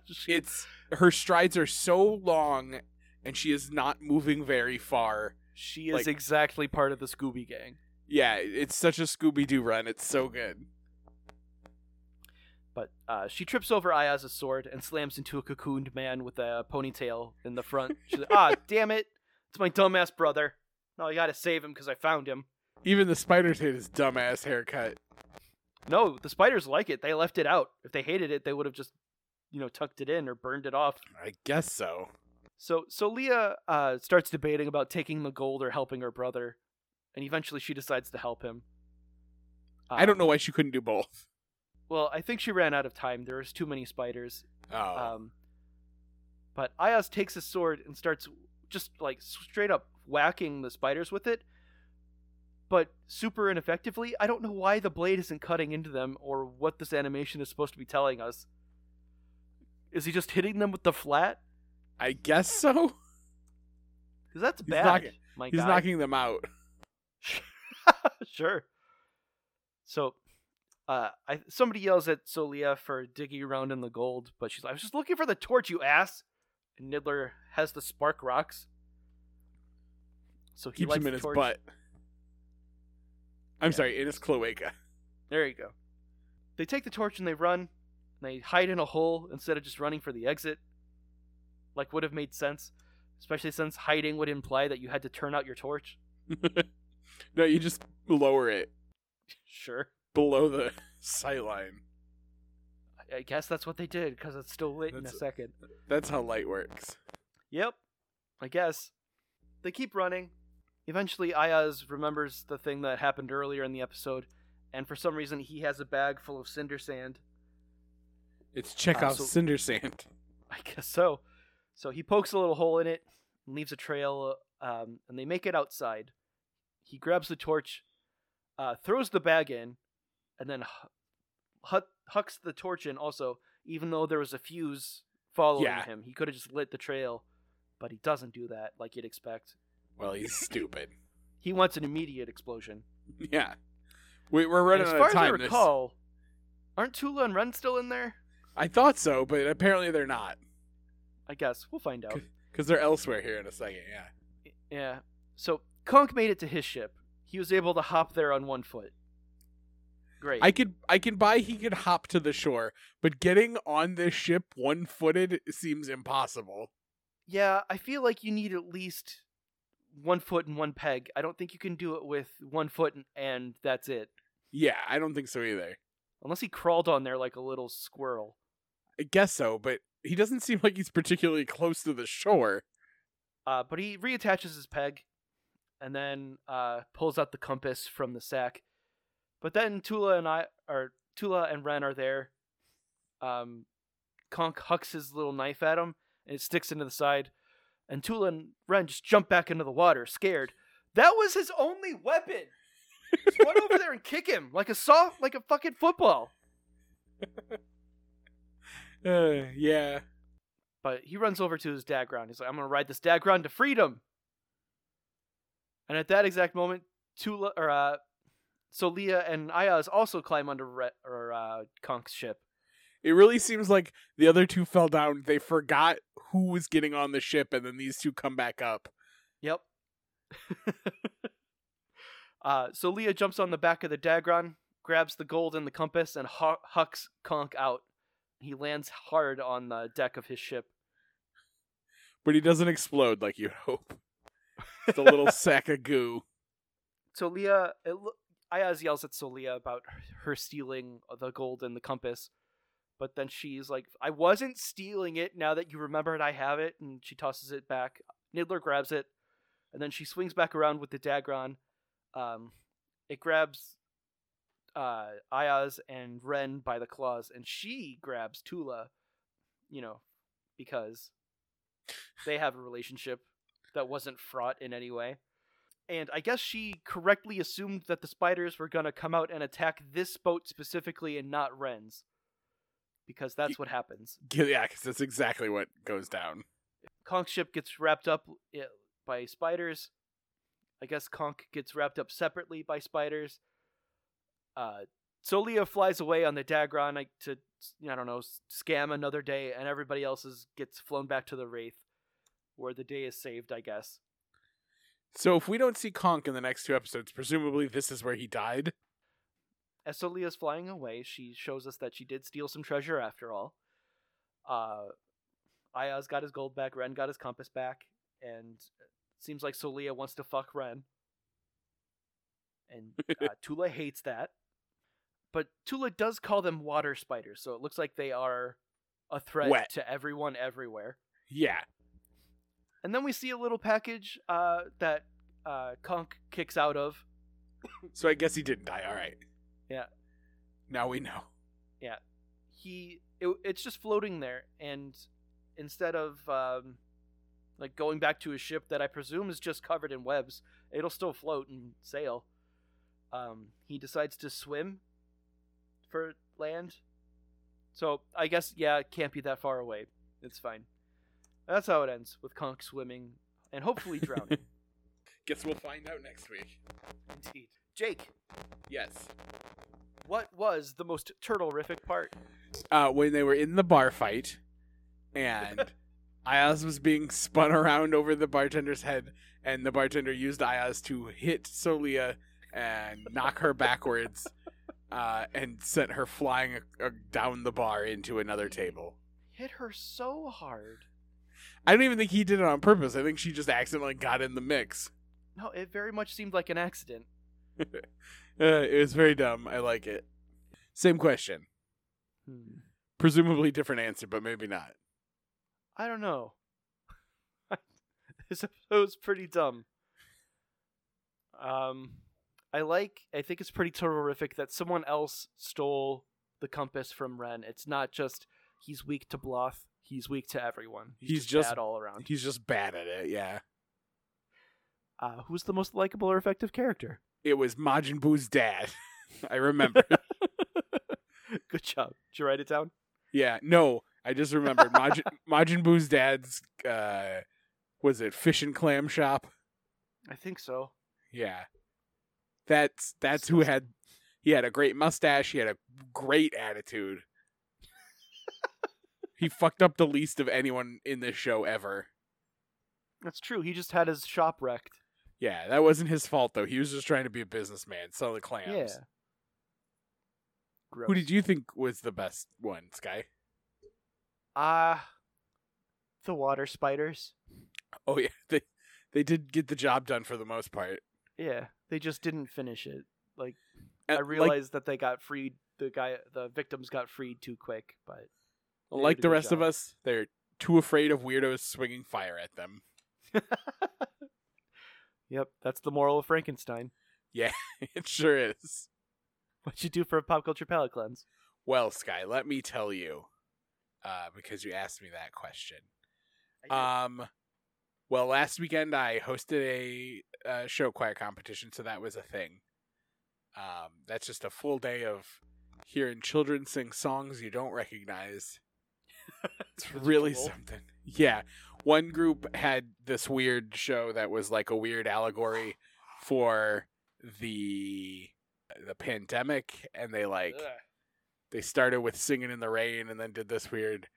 Speaker 2: She-
Speaker 3: It's her strides are so long, and she is not moving very far.
Speaker 2: she is
Speaker 3: like-
Speaker 2: exactly part of the Scooby Gang.
Speaker 3: Yeah, it's such a Scooby Doo run. It's so good.
Speaker 2: But uh, she trips over Ayaz's sword and slams into a cocooned man with a ponytail in the front. She's like, ah, damn it. It's my dumbass brother. No, I gotta save him because I found him.
Speaker 3: Even the spiders hate his dumbass haircut.
Speaker 2: No, the spiders like it. They left it out. If they hated it, they would have just, you know, tucked it in or burned it off.
Speaker 3: I guess so.
Speaker 2: So, so Leah uh, starts debating about taking the gold or helping her brother. And eventually she decides to help him. Um,
Speaker 3: I don't know why she couldn't do both.
Speaker 2: Well, I think she ran out of time. There was too many spiders.
Speaker 3: Oh,
Speaker 2: Um, but Ayaz takes his sword and starts just like straight up whacking the spiders with it, but super ineffectively. I don't know why the blade isn't cutting into them or what this animation is supposed to be telling us. Is he just hitting them with the flat?
Speaker 3: I guess so.
Speaker 2: Because that's
Speaker 3: He's
Speaker 2: bad.
Speaker 3: knocking-
Speaker 2: my
Speaker 3: He's
Speaker 2: guy.
Speaker 3: knocking them out.
Speaker 2: sure. So, uh, I somebody yells at Solia for digging around in the gold, but she's like, "I was just looking for the torch, you ass!" And Niddler has the spark rocks, so he
Speaker 3: Keeps
Speaker 2: lights
Speaker 3: him in
Speaker 2: the
Speaker 3: his
Speaker 2: torch.
Speaker 3: butt. I'm
Speaker 2: Yeah.
Speaker 3: sorry, in his cloaca.
Speaker 2: There you go. They take the torch and they run. And they hide in a hole instead of just running for the exit, like would have made sense, especially since hiding would imply that you had to turn out your torch.
Speaker 3: No, you just lower it
Speaker 2: Sure.
Speaker 3: below the sight line.
Speaker 2: I- I guess that's what they did because it's still lit in a
Speaker 3: That's-
Speaker 2: second.
Speaker 3: That's how light works.
Speaker 2: Yep. I guess. They keep running. Eventually, Ayaz remembers the thing that happened earlier in the episode, and for some reason, he has a bag full of cinder sand.
Speaker 3: It's Chekhov's
Speaker 2: so-
Speaker 3: cinder sand.
Speaker 2: I guess so. So he pokes a little hole in it and leaves a trail, um, and they make it outside. He grabs the torch, uh, throws the bag in, and then hu- hu- hucks the torch in also, even though there was a fuse following
Speaker 3: Yeah.
Speaker 2: him. He could have just lit the trail, but he doesn't do that like you'd expect.
Speaker 3: Well, he's stupid.
Speaker 2: he wants an immediate explosion.
Speaker 3: Yeah, we, we're running
Speaker 2: And as
Speaker 3: out of
Speaker 2: far as
Speaker 3: time.
Speaker 2: I
Speaker 3: This-
Speaker 2: recall, aren't Tula and Ren still in there?
Speaker 3: I thought so, but apparently they're not
Speaker 2: I guess we'll find out.
Speaker 3: because they're elsewhere here in a second. Yeah,
Speaker 2: yeah. So Conk made it to his ship. He was able to hop there on one foot. Great.
Speaker 3: I could I can buy he could hop to the shore, but getting on this ship one footed seems impossible.
Speaker 2: Yeah, I feel like you need at least one foot and one peg. I don't think you can do it with one foot and, and that's it.
Speaker 3: Yeah, I don't think so either.
Speaker 2: Unless he crawled on there like a little squirrel.
Speaker 3: I guess so, but he doesn't seem like he's particularly close to the shore.
Speaker 2: Uh, but he reattaches his peg and then uh, pulls out the compass from the sack. But then Tula and I or Tula and Ren are there. Um, Conk hucks his little knife at him and it sticks into the side. And Tula and Ren just jump back into the water, scared. That was his only weapon. just run over there and kick him like a saw, like a fucking football.
Speaker 3: Uh, yeah,
Speaker 2: But he runs over to his Dagron. He's like, I'm gonna ride this Dagron to freedom. And at that exact moment, Tula or uh, so Leah and Ayaz also climb under Re- or uh, Conk's ship.
Speaker 3: it really seems like the other two fell down. They forgot who was getting on the ship, and then these two come back up.
Speaker 2: Yep. uh, so Leah jumps on the back of the Dagron, grabs the gold and the compass, and hu- hucks Conk out. He lands hard on the deck of his ship.
Speaker 3: but he doesn't explode like you'd hope. It's a little sack of goo.
Speaker 2: So Leah, it, lo- Ayaz yells at Solia about her stealing the gold and the compass, But then she's like, I wasn't stealing it now that you remembered I have it. And she tosses it back. Niddler grabs it. And then she swings back around with the Dagron. Um, it grabs uh, Ayaz and Ren by the claws. And she grabs Tula, you know, because they have a relationship that wasn't fraught in any way. And I guess she correctly assumed that the spiders were going to come out and attack this boat specifically and not Ren's. Because that's
Speaker 3: Ye-
Speaker 2: what happens.
Speaker 3: Yeah, because that's exactly what goes down.
Speaker 2: Conk's ship gets wrapped up i- by spiders. I guess Conk gets wrapped up separately by spiders. Uh, Solia flies away on the Dagron like, to, I don't know, s- scam another day, and everybody else is, gets flown back to the Wraith, where the day is saved, I guess.
Speaker 3: So if we don't see Conk in the next two episodes, presumably this is where he died.
Speaker 2: as Solia's flying away, she shows us that she did steal some treasure after all. Uh, Ayaz got his gold back, Ren got his compass back, and it seems like Solia wants to fuck Ren. And uh, Tula hates that. But Tula does call them water spiders, so it looks like they are a threat
Speaker 3: Wet.
Speaker 2: to everyone everywhere.
Speaker 3: Yeah.
Speaker 2: And then we see a little package uh, that uh, Conk kicks out of.
Speaker 3: So I guess he didn't die. All right.
Speaker 2: Yeah.
Speaker 3: Now we know.
Speaker 2: he it, it's just floating there and instead of um like going back to his ship that i presume is just covered in webs it'll still float and sail um he decides to swim for land so i guess yeah it can't be that far away it's fine that's how it ends with conk swimming and hopefully drowning
Speaker 3: Guess we'll find out next week.
Speaker 2: indeed jake
Speaker 3: Yes.
Speaker 2: what was the most turtle-rific part
Speaker 3: Uh, when they were in the bar fight, and Ayaz was being spun around over the bartender's head, and the bartender used Ayaz to hit Solia and knock her backwards, uh, and sent her flying uh, down the bar into another table.
Speaker 2: hit her so hard
Speaker 3: I don't even think he did it on purpose. I think she just accidentally got in the mix.
Speaker 2: no it very much seemed like an accident
Speaker 3: Uh, it was very dumb. I like it. Same question.
Speaker 2: hmm.
Speaker 3: Presumably different answer, but maybe not.
Speaker 2: I don't know. this episode was pretty dumb. Um, I like. I think it's pretty terrific that someone else stole the compass from Ren. It's not just he's weak to Bloth. He's weak to everyone. He's,
Speaker 3: He's
Speaker 2: just,
Speaker 3: just-
Speaker 2: bad all around.
Speaker 3: He's just bad at it, yeah.
Speaker 2: Uh, who's the most likable or effective character?
Speaker 3: It was Majin Buu's dad. I remember.
Speaker 2: Good job. Did you write it down?
Speaker 3: yeah, no, I just remembered Majin, Majin Buu's dad's uh was it fish and clam shop?
Speaker 2: I think so.
Speaker 3: Yeah. That's that's who had he had a great mustache, he had a great attitude. he fucked up the least of anyone in this show ever.
Speaker 2: That's true. He just had his shop wrecked.
Speaker 3: Yeah, that wasn't his fault though. He was just trying to be a businessman, sell the clams.
Speaker 2: Yeah.
Speaker 3: Who did you think was the best one, Sky?
Speaker 2: Ah, the water spiders.
Speaker 3: Oh yeah, they they did get the job done for the most part.
Speaker 2: Yeah, they just didn't finish it. Like
Speaker 3: And,
Speaker 2: I
Speaker 3: Uh, like-
Speaker 2: realized that they got freed. The guy, the victims got freed too quick. But
Speaker 3: like,
Speaker 2: did
Speaker 3: the
Speaker 2: a good
Speaker 3: rest of
Speaker 2: job.
Speaker 3: us, they're too afraid of weirdos swinging fire at them.
Speaker 2: yep, that's the moral of Frankenstein.
Speaker 3: it sure is.
Speaker 2: What you do for a pop culture palate cleanse?
Speaker 3: Well, Sky, let me tell you, uh, because you asked me that question. Um, well, last weekend I hosted a uh, show choir competition, so that was a thing. Um, that's just a full day of hearing children sing songs you don't recognize. it's really
Speaker 2: cool.
Speaker 3: something. Yeah, one group had this weird show that was like a weird allegory for the the pandemic, and they like they started with singing in the rain and then did this weird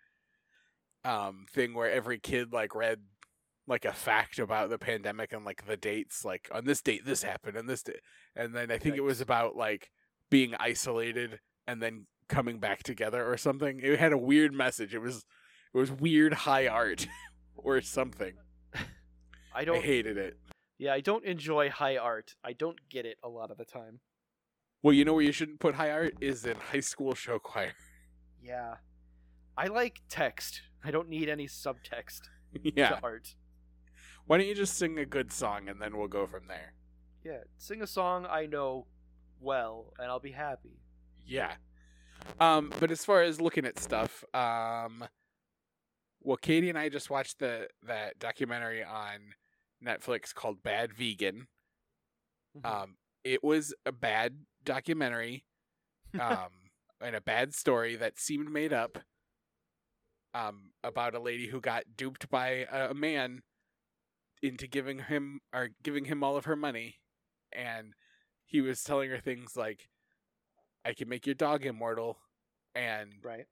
Speaker 3: um thing where every kid like read like a fact about the pandemic and like the dates like on this date this happened and this date and then i think it was about like being isolated and then coming back together or something it had a weird message it was it was weird high art or something
Speaker 2: I
Speaker 3: i
Speaker 2: don't.
Speaker 3: hated it
Speaker 2: yeah, I don't enjoy high art. I don't get it a lot of the time.
Speaker 3: well you know where you shouldn't put high art is in high school show choir
Speaker 2: Yeah, I like text. I don't need any subtext
Speaker 3: yeah.
Speaker 2: to art.
Speaker 3: Why don't you just sing a good song and then we'll go from there?
Speaker 2: Yeah, sing a song I know well, and I'll be happy.
Speaker 3: Yeah. Um, but as far as looking at stuff, um, well, Katie and I just watched the that documentary on Netflix called Bad Vegan.
Speaker 2: Uh,
Speaker 3: Um, it was a bad documentary, um, and a bad story that seemed made up. Um, about a lady who got duped by a, a man into giving him or giving him all of her money, and he was telling her things like, "I can make your dog immortal," and
Speaker 2: right.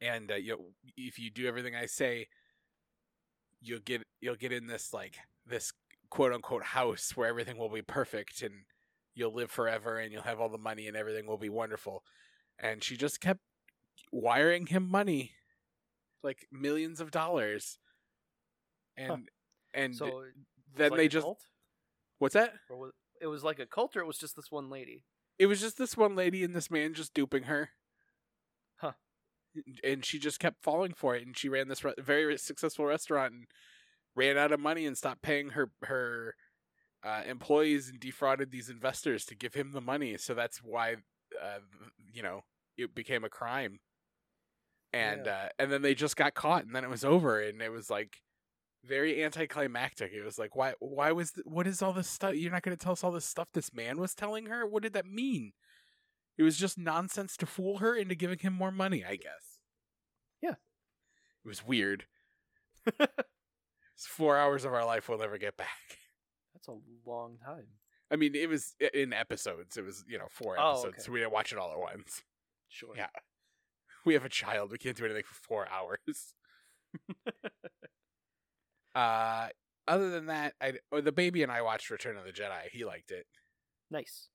Speaker 3: and uh, you know, if you do everything I say, you'll get you'll get in this like this quote unquote house where everything will be perfect and you'll live forever and you'll have all the money and everything will be wonderful. And she just kept wiring him money, like millions of dollars, and
Speaker 2: Huh.
Speaker 3: and
Speaker 2: so it was
Speaker 3: then
Speaker 2: like
Speaker 3: they
Speaker 2: a
Speaker 3: just
Speaker 2: cult?
Speaker 3: what's that?
Speaker 2: or was, it was like a cult, or it was just this one lady.
Speaker 3: It was just this one lady and this man just duping her.
Speaker 2: Huh.
Speaker 3: And she just kept falling for it, and she ran this re- very successful restaurant and ran out of money and stopped paying her her uh, employees and defrauded these investors to give him the money. So that's why, uh, you know, it became a crime. And uh, and then they just got caught, and then it was over, and it was like very anticlimactic. It was like, why, why was, th- what is all this stuff? You're not going to tell us all this stuff this man was telling her? What did that mean? It was just nonsense to fool her into giving him more money, I guess.
Speaker 2: Yeah.
Speaker 3: It was weird. It's four hours of our life we'll never get back.
Speaker 2: That's a long time.
Speaker 3: I mean, it was i- in episodes. It was, you know, four
Speaker 2: Oh,
Speaker 3: episodes.
Speaker 2: okay.
Speaker 3: So we didn't watch it all at once.
Speaker 2: Sure.
Speaker 3: Yeah. We have a child. We can't do anything for four hours. uh, other than that, I oh, the baby and I watched Return of the Jedi. He liked it.
Speaker 2: Nice.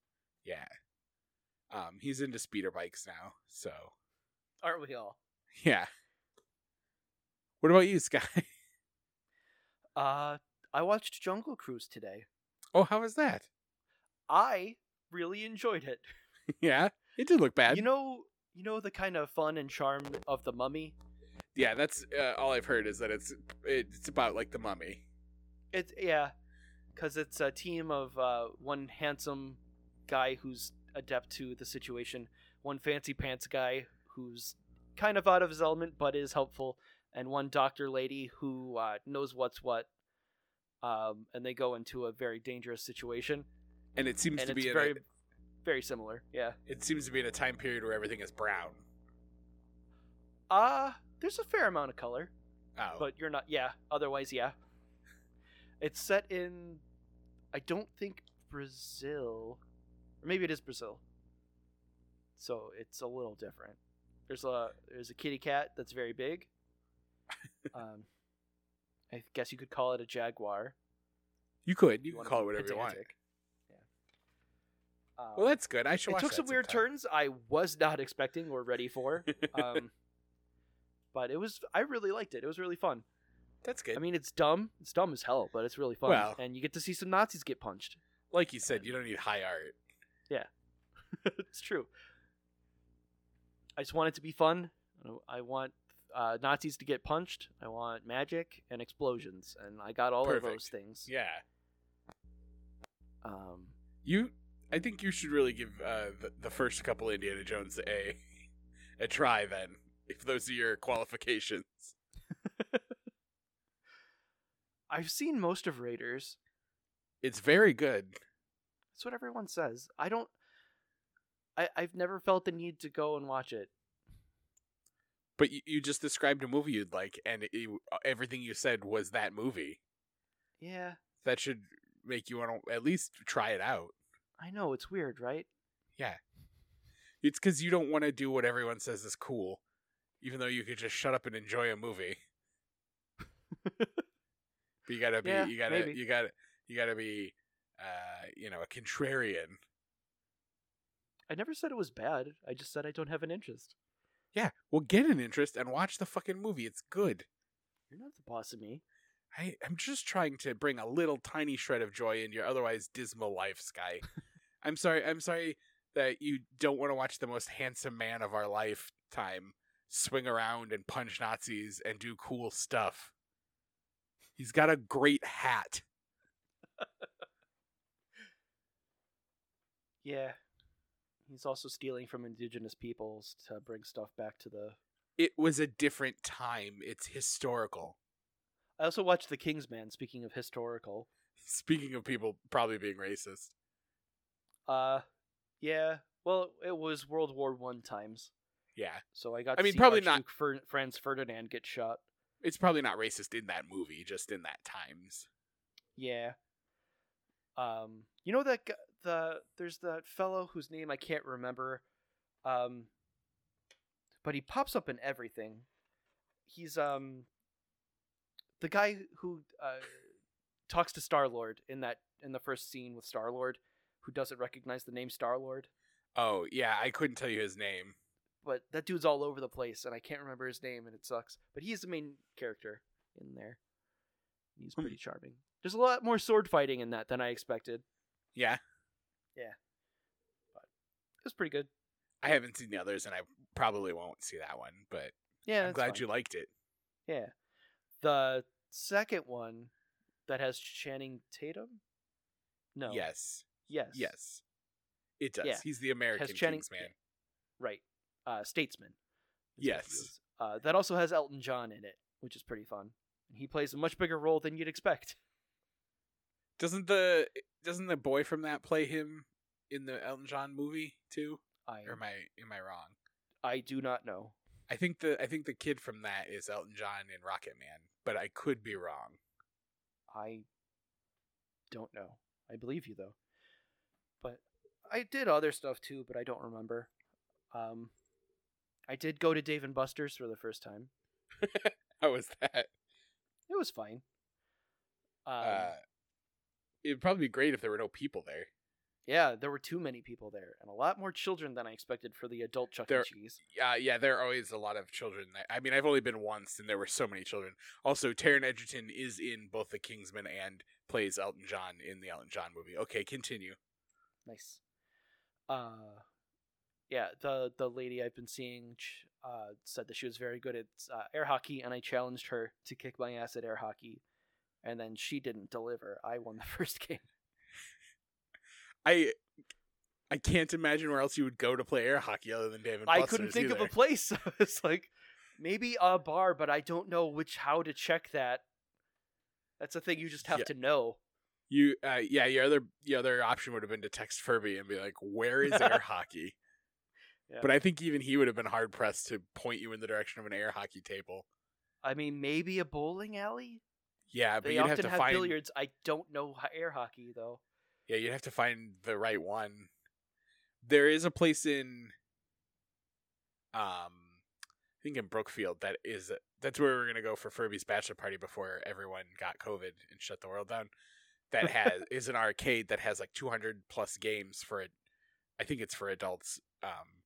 Speaker 3: Yeah. Um, he's into speeder bikes now. So
Speaker 2: Aren't we all?
Speaker 3: yeah. What about you, Sky?
Speaker 2: Uh, I watched Jungle Cruise today.
Speaker 3: Oh, how was that?
Speaker 2: I really enjoyed it.
Speaker 3: Yeah, it did look bad.
Speaker 2: You know, you know the kind of fun and charm of the Mummy.
Speaker 3: yeah, that's uh, all I've heard is that it's it's about like the mummy.
Speaker 2: It's yeah, because it's a team of uh, one handsome guy who's adept to the situation, one fancy pants guy who's kind of out of his element but is helpful, and one doctor lady who uh, knows what's what. Um, and they go into a very dangerous situation,
Speaker 3: And it seems
Speaker 2: and
Speaker 3: to
Speaker 2: it's
Speaker 3: be in
Speaker 2: very,
Speaker 3: a,
Speaker 2: very similar. Yeah.
Speaker 3: it seems to be in a time period where everything is brown.
Speaker 2: Uh there's a fair amount of color.
Speaker 3: Oh,
Speaker 2: but you're not yeah otherwise yeah it's set in i don't think brazil or maybe it is brazil so it's a little different there's a there's a kitty cat that's very big um i guess you could call it a jaguar
Speaker 3: you could you,
Speaker 2: if
Speaker 3: can
Speaker 2: wanna
Speaker 3: call it
Speaker 2: be
Speaker 3: whatever you want.
Speaker 2: pedantic. yeah um,
Speaker 3: Well, that's good. I should.
Speaker 2: it
Speaker 3: watch
Speaker 2: took
Speaker 3: that
Speaker 2: some weird
Speaker 3: sometime.
Speaker 2: turns I was not expecting or ready for, um, but it was. I really liked it. It was really fun.
Speaker 3: That's good.
Speaker 2: I mean, it's dumb. It's dumb as hell, but it's really fun.
Speaker 3: Well-
Speaker 2: and you get to see some Nazis get punched.
Speaker 3: like you said, you don't need high art.
Speaker 2: it's true. I just want it to be fun. I want uh, Nazis to get punched. I want magic and explosions, and I got all of
Speaker 3: Perfect.
Speaker 2: those things.
Speaker 3: Yeah,
Speaker 2: Um,
Speaker 3: you. I think you should really give uh, the, the first couple Indiana Jones a a try then, if those are your qualifications.
Speaker 2: I've seen most of Raiders.
Speaker 3: It's very good.
Speaker 2: That's what everyone says. I don't. I, I've never felt the need to go and watch it.
Speaker 3: But you, you just described a movie you'd like, and it, you- everything you said was that movie.
Speaker 2: Yeah,
Speaker 3: That should make you want to at least try it out.
Speaker 2: I know it's weird, right?
Speaker 3: It's because you don't want to do what everyone says is cool, even though you could just shut up and enjoy a movie. but you gotta be,
Speaker 2: Yeah,
Speaker 3: you gotta,
Speaker 2: maybe.
Speaker 3: you gotta, you gotta be, uh, you know, a contrarian.
Speaker 2: I never said it was bad. I just said I don't have an interest.
Speaker 3: Yeah, well, get an interest and watch the fucking movie. It's good.
Speaker 2: You're not the boss of me.
Speaker 3: I, I'm just trying to bring a little tiny shred of joy in your otherwise dismal life, Sky. I'm sorry. I'm sorry that you don't want to watch the most handsome man of our lifetime swing around and punch Nazis and do cool stuff. He's got a great hat.
Speaker 2: Yeah. He's also stealing from indigenous peoples to bring stuff back to the.
Speaker 3: It was a different time. It's historical.
Speaker 2: I also watched The Kingsman. Speaking of historical,
Speaker 3: Speaking of people probably being racist.
Speaker 2: uh, yeah. Well, it was World War One times,
Speaker 3: Yeah.
Speaker 2: so I got.
Speaker 3: I
Speaker 2: to
Speaker 3: mean,
Speaker 2: see
Speaker 3: probably
Speaker 2: Archduke Fer- Franz Ferdinand get shot.
Speaker 3: It's probably not racist in that movie, just in that times.
Speaker 2: Yeah. Um, you know that gu- the there's that fellow whose name I can't remember, um, but he pops up in everything. He's um, the guy who uh, talks to Star Lord in that in the first scene with Star Lord, who doesn't recognize the name Star Lord.
Speaker 3: Oh, yeah, I couldn't tell you his name.
Speaker 2: But that dude's all over the place, and I can't remember his name, and it sucks. But he's the main character in there. He's
Speaker 3: Hmm.
Speaker 2: pretty charming. There's a lot more sword fighting in that than I expected.
Speaker 3: Yeah.
Speaker 2: It was pretty good.
Speaker 3: I haven't seen the others and I probably won't see that one, but
Speaker 2: Yeah,
Speaker 3: I'm
Speaker 2: that's
Speaker 3: glad
Speaker 2: fine.
Speaker 3: you liked it.
Speaker 2: Yeah, the second one that has Channing Tatum. No.
Speaker 3: Yes.
Speaker 2: Yes.
Speaker 3: Yes. It does.
Speaker 2: Yeah.
Speaker 3: He's the American
Speaker 2: Has Channing-
Speaker 3: Kingsman.
Speaker 2: Right. Uh, Statesman. is what he
Speaker 3: Yes.
Speaker 2: was. Uh, that also has Elton John in it, which is pretty fun. And he plays a much bigger role than you'd expect.
Speaker 3: Doesn't the doesn't the boy from that play him in the Elton John movie too?
Speaker 2: I
Speaker 3: Or am I am I wrong?
Speaker 2: I do not know.
Speaker 3: I think the I think the kid from that is Elton John in Rocket Man, but I could be wrong.
Speaker 2: I don't know. I believe you though. But I did other stuff too, but I don't remember. Um, I did go to Dave and Buster's for the first time.
Speaker 3: How was that?
Speaker 2: It was fine. Um,
Speaker 3: uh, it'd probably be great if there were no people there.
Speaker 2: yeah, there were too many people there, and a lot more children than I expected for the adult Chuck
Speaker 3: There-
Speaker 2: E. Cheese.
Speaker 3: Yeah, uh, yeah, there are always a lot of children. that- I mean, I've only been once, and there were so many children. Also, Taron Egerton is in both The Kingsman and plays Elton John in the Elton John movie. Okay, continue.
Speaker 2: Nice. Uh, yeah, the the lady I've been seeing ch- uh, said that she was very good at uh, air hockey, and I challenged her to kick my ass at air hockey, and then she didn't deliver. I won the first game.
Speaker 3: I I can't imagine where else you would go to play air hockey other than David.
Speaker 2: I couldn't think of a place. I was like, maybe a bar, but I don't know which how to check that. That's a thing you just have
Speaker 3: Yeah.
Speaker 2: to know.
Speaker 3: You, uh, yeah, your other your other option would have been to text Furby and be like, "Where is air hockey?"
Speaker 2: Yeah.
Speaker 3: But I think even he would have been hard pressed to point you in the direction of an air hockey table.
Speaker 2: I mean, maybe a bowling alley.
Speaker 3: Yeah, but
Speaker 2: They
Speaker 3: you'd
Speaker 2: often
Speaker 3: have
Speaker 2: have,
Speaker 3: to find.
Speaker 2: billiards. I don't know ho- air hockey though.
Speaker 3: Yeah, you'd have to find the right one. There is a place in um I think in Brookfield that is that's where we we're gonna go for Furby's bachelor party before everyone got COVID and shut the world down. That has is an arcade that has like two hundred plus games for it I think it's for adults, um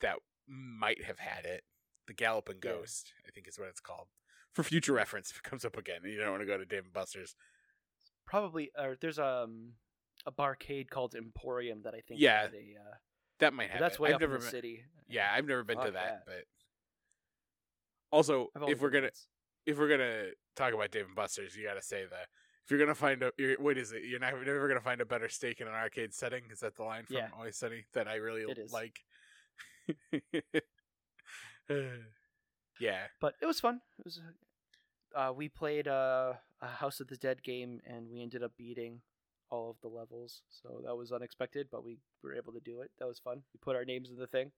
Speaker 3: that might have had it. The Galloping
Speaker 2: Yeah.
Speaker 3: Ghost, I think is what it's called. For future reference if it comes up again and you don't want to go to Dave and Buster's.
Speaker 2: Probably, or there's um a barcade called Emporium that I think.
Speaker 3: Yeah,
Speaker 2: had a, uh,
Speaker 3: That might
Speaker 2: but
Speaker 3: have
Speaker 2: that's
Speaker 3: it.
Speaker 2: way
Speaker 3: I've
Speaker 2: up in
Speaker 3: never
Speaker 2: the
Speaker 3: been-
Speaker 2: city.
Speaker 3: Yeah, I've never been to
Speaker 2: Fuck
Speaker 3: that, but also
Speaker 2: I've only
Speaker 3: if we're
Speaker 2: been
Speaker 3: gonna
Speaker 2: once.
Speaker 3: if we're gonna talk about Dave and Buster's, you gotta say that if you're gonna find a you're, what is it? You're not, never gonna find a better steak in an arcade setting. Is that the line from
Speaker 2: Yeah.
Speaker 3: Always Sunny that I really
Speaker 2: It is.
Speaker 3: like? yeah,
Speaker 2: but it was fun. It was. Uh, we played uh, a House of the Dead game, and we ended up beating all of the levels. So that was unexpected, but we were able to do it. That was fun. We put our names in the thing.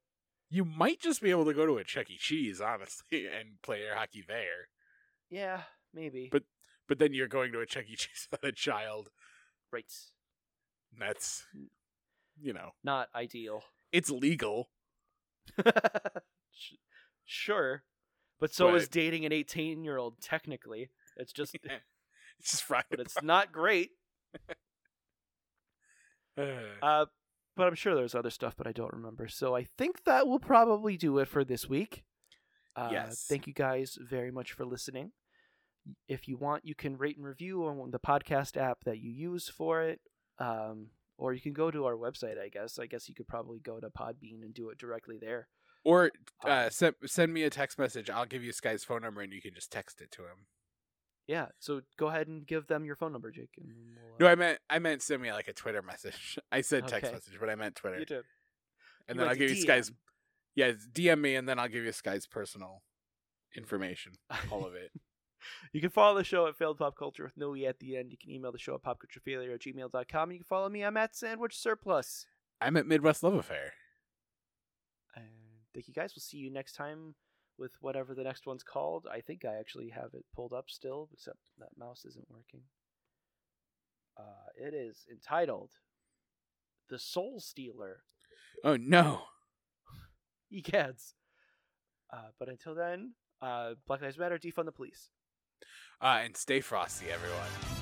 Speaker 3: you might just be able to go to a Chuck E. Cheese, honestly, and play air hockey there.
Speaker 2: Yeah, maybe.
Speaker 3: But- But then you're going to a Chuck E. Cheese with a child.
Speaker 2: right,
Speaker 3: and That's
Speaker 2: Mm.
Speaker 3: you know,
Speaker 2: not ideal.
Speaker 3: it's legal.
Speaker 2: Sh- sure. But so is
Speaker 3: But-
Speaker 2: dating an 18 year old, technically. It's just,
Speaker 3: It's just fried.
Speaker 2: but it's not great.
Speaker 3: Uh,
Speaker 2: Uh, but I'm sure there's other stuff, but I don't remember. So I think that will probably do it for this week. Uh,
Speaker 3: Yes.
Speaker 2: Thank you guys very much for listening. If you want, you can rate and review on the podcast app that you use for it. Um, or you can go to our website, I guess. I guess you could probably go to Podbean and do it directly there.
Speaker 3: Or uh, send send me a text message. I'll give you Sky's phone number, and you can just text it to him.
Speaker 2: Yeah, so go ahead and give them your phone number, Jake. And we'll,
Speaker 3: No,
Speaker 2: uh,
Speaker 3: I meant I meant send me like a Twitter message. I said text
Speaker 2: Okay.
Speaker 3: message, but I meant Twitter.
Speaker 2: you did.
Speaker 3: And
Speaker 2: You
Speaker 3: then I'll
Speaker 2: went to
Speaker 3: give you Sky's. Yeah, DM me, and then I'll give you Sky's personal information. All of it.
Speaker 2: You can follow the show at Failed Pop Culture with no E at the end. You can email the show at popculturefailure at gmail.com. You can follow me. I'm at Sandwich Surplus.
Speaker 3: I'm at Midwest Love Affair.
Speaker 2: And thank you guys. We'll see you next time with whatever the next one's called. I think I actually have it pulled up still, except that mouse isn't working. Uh, it is entitled The Soul Stealer
Speaker 3: Oh no.
Speaker 2: Egads. Uh, but until then, uh, Black Lives Matter, defund the police.
Speaker 3: Uh, and stay frosty, everyone.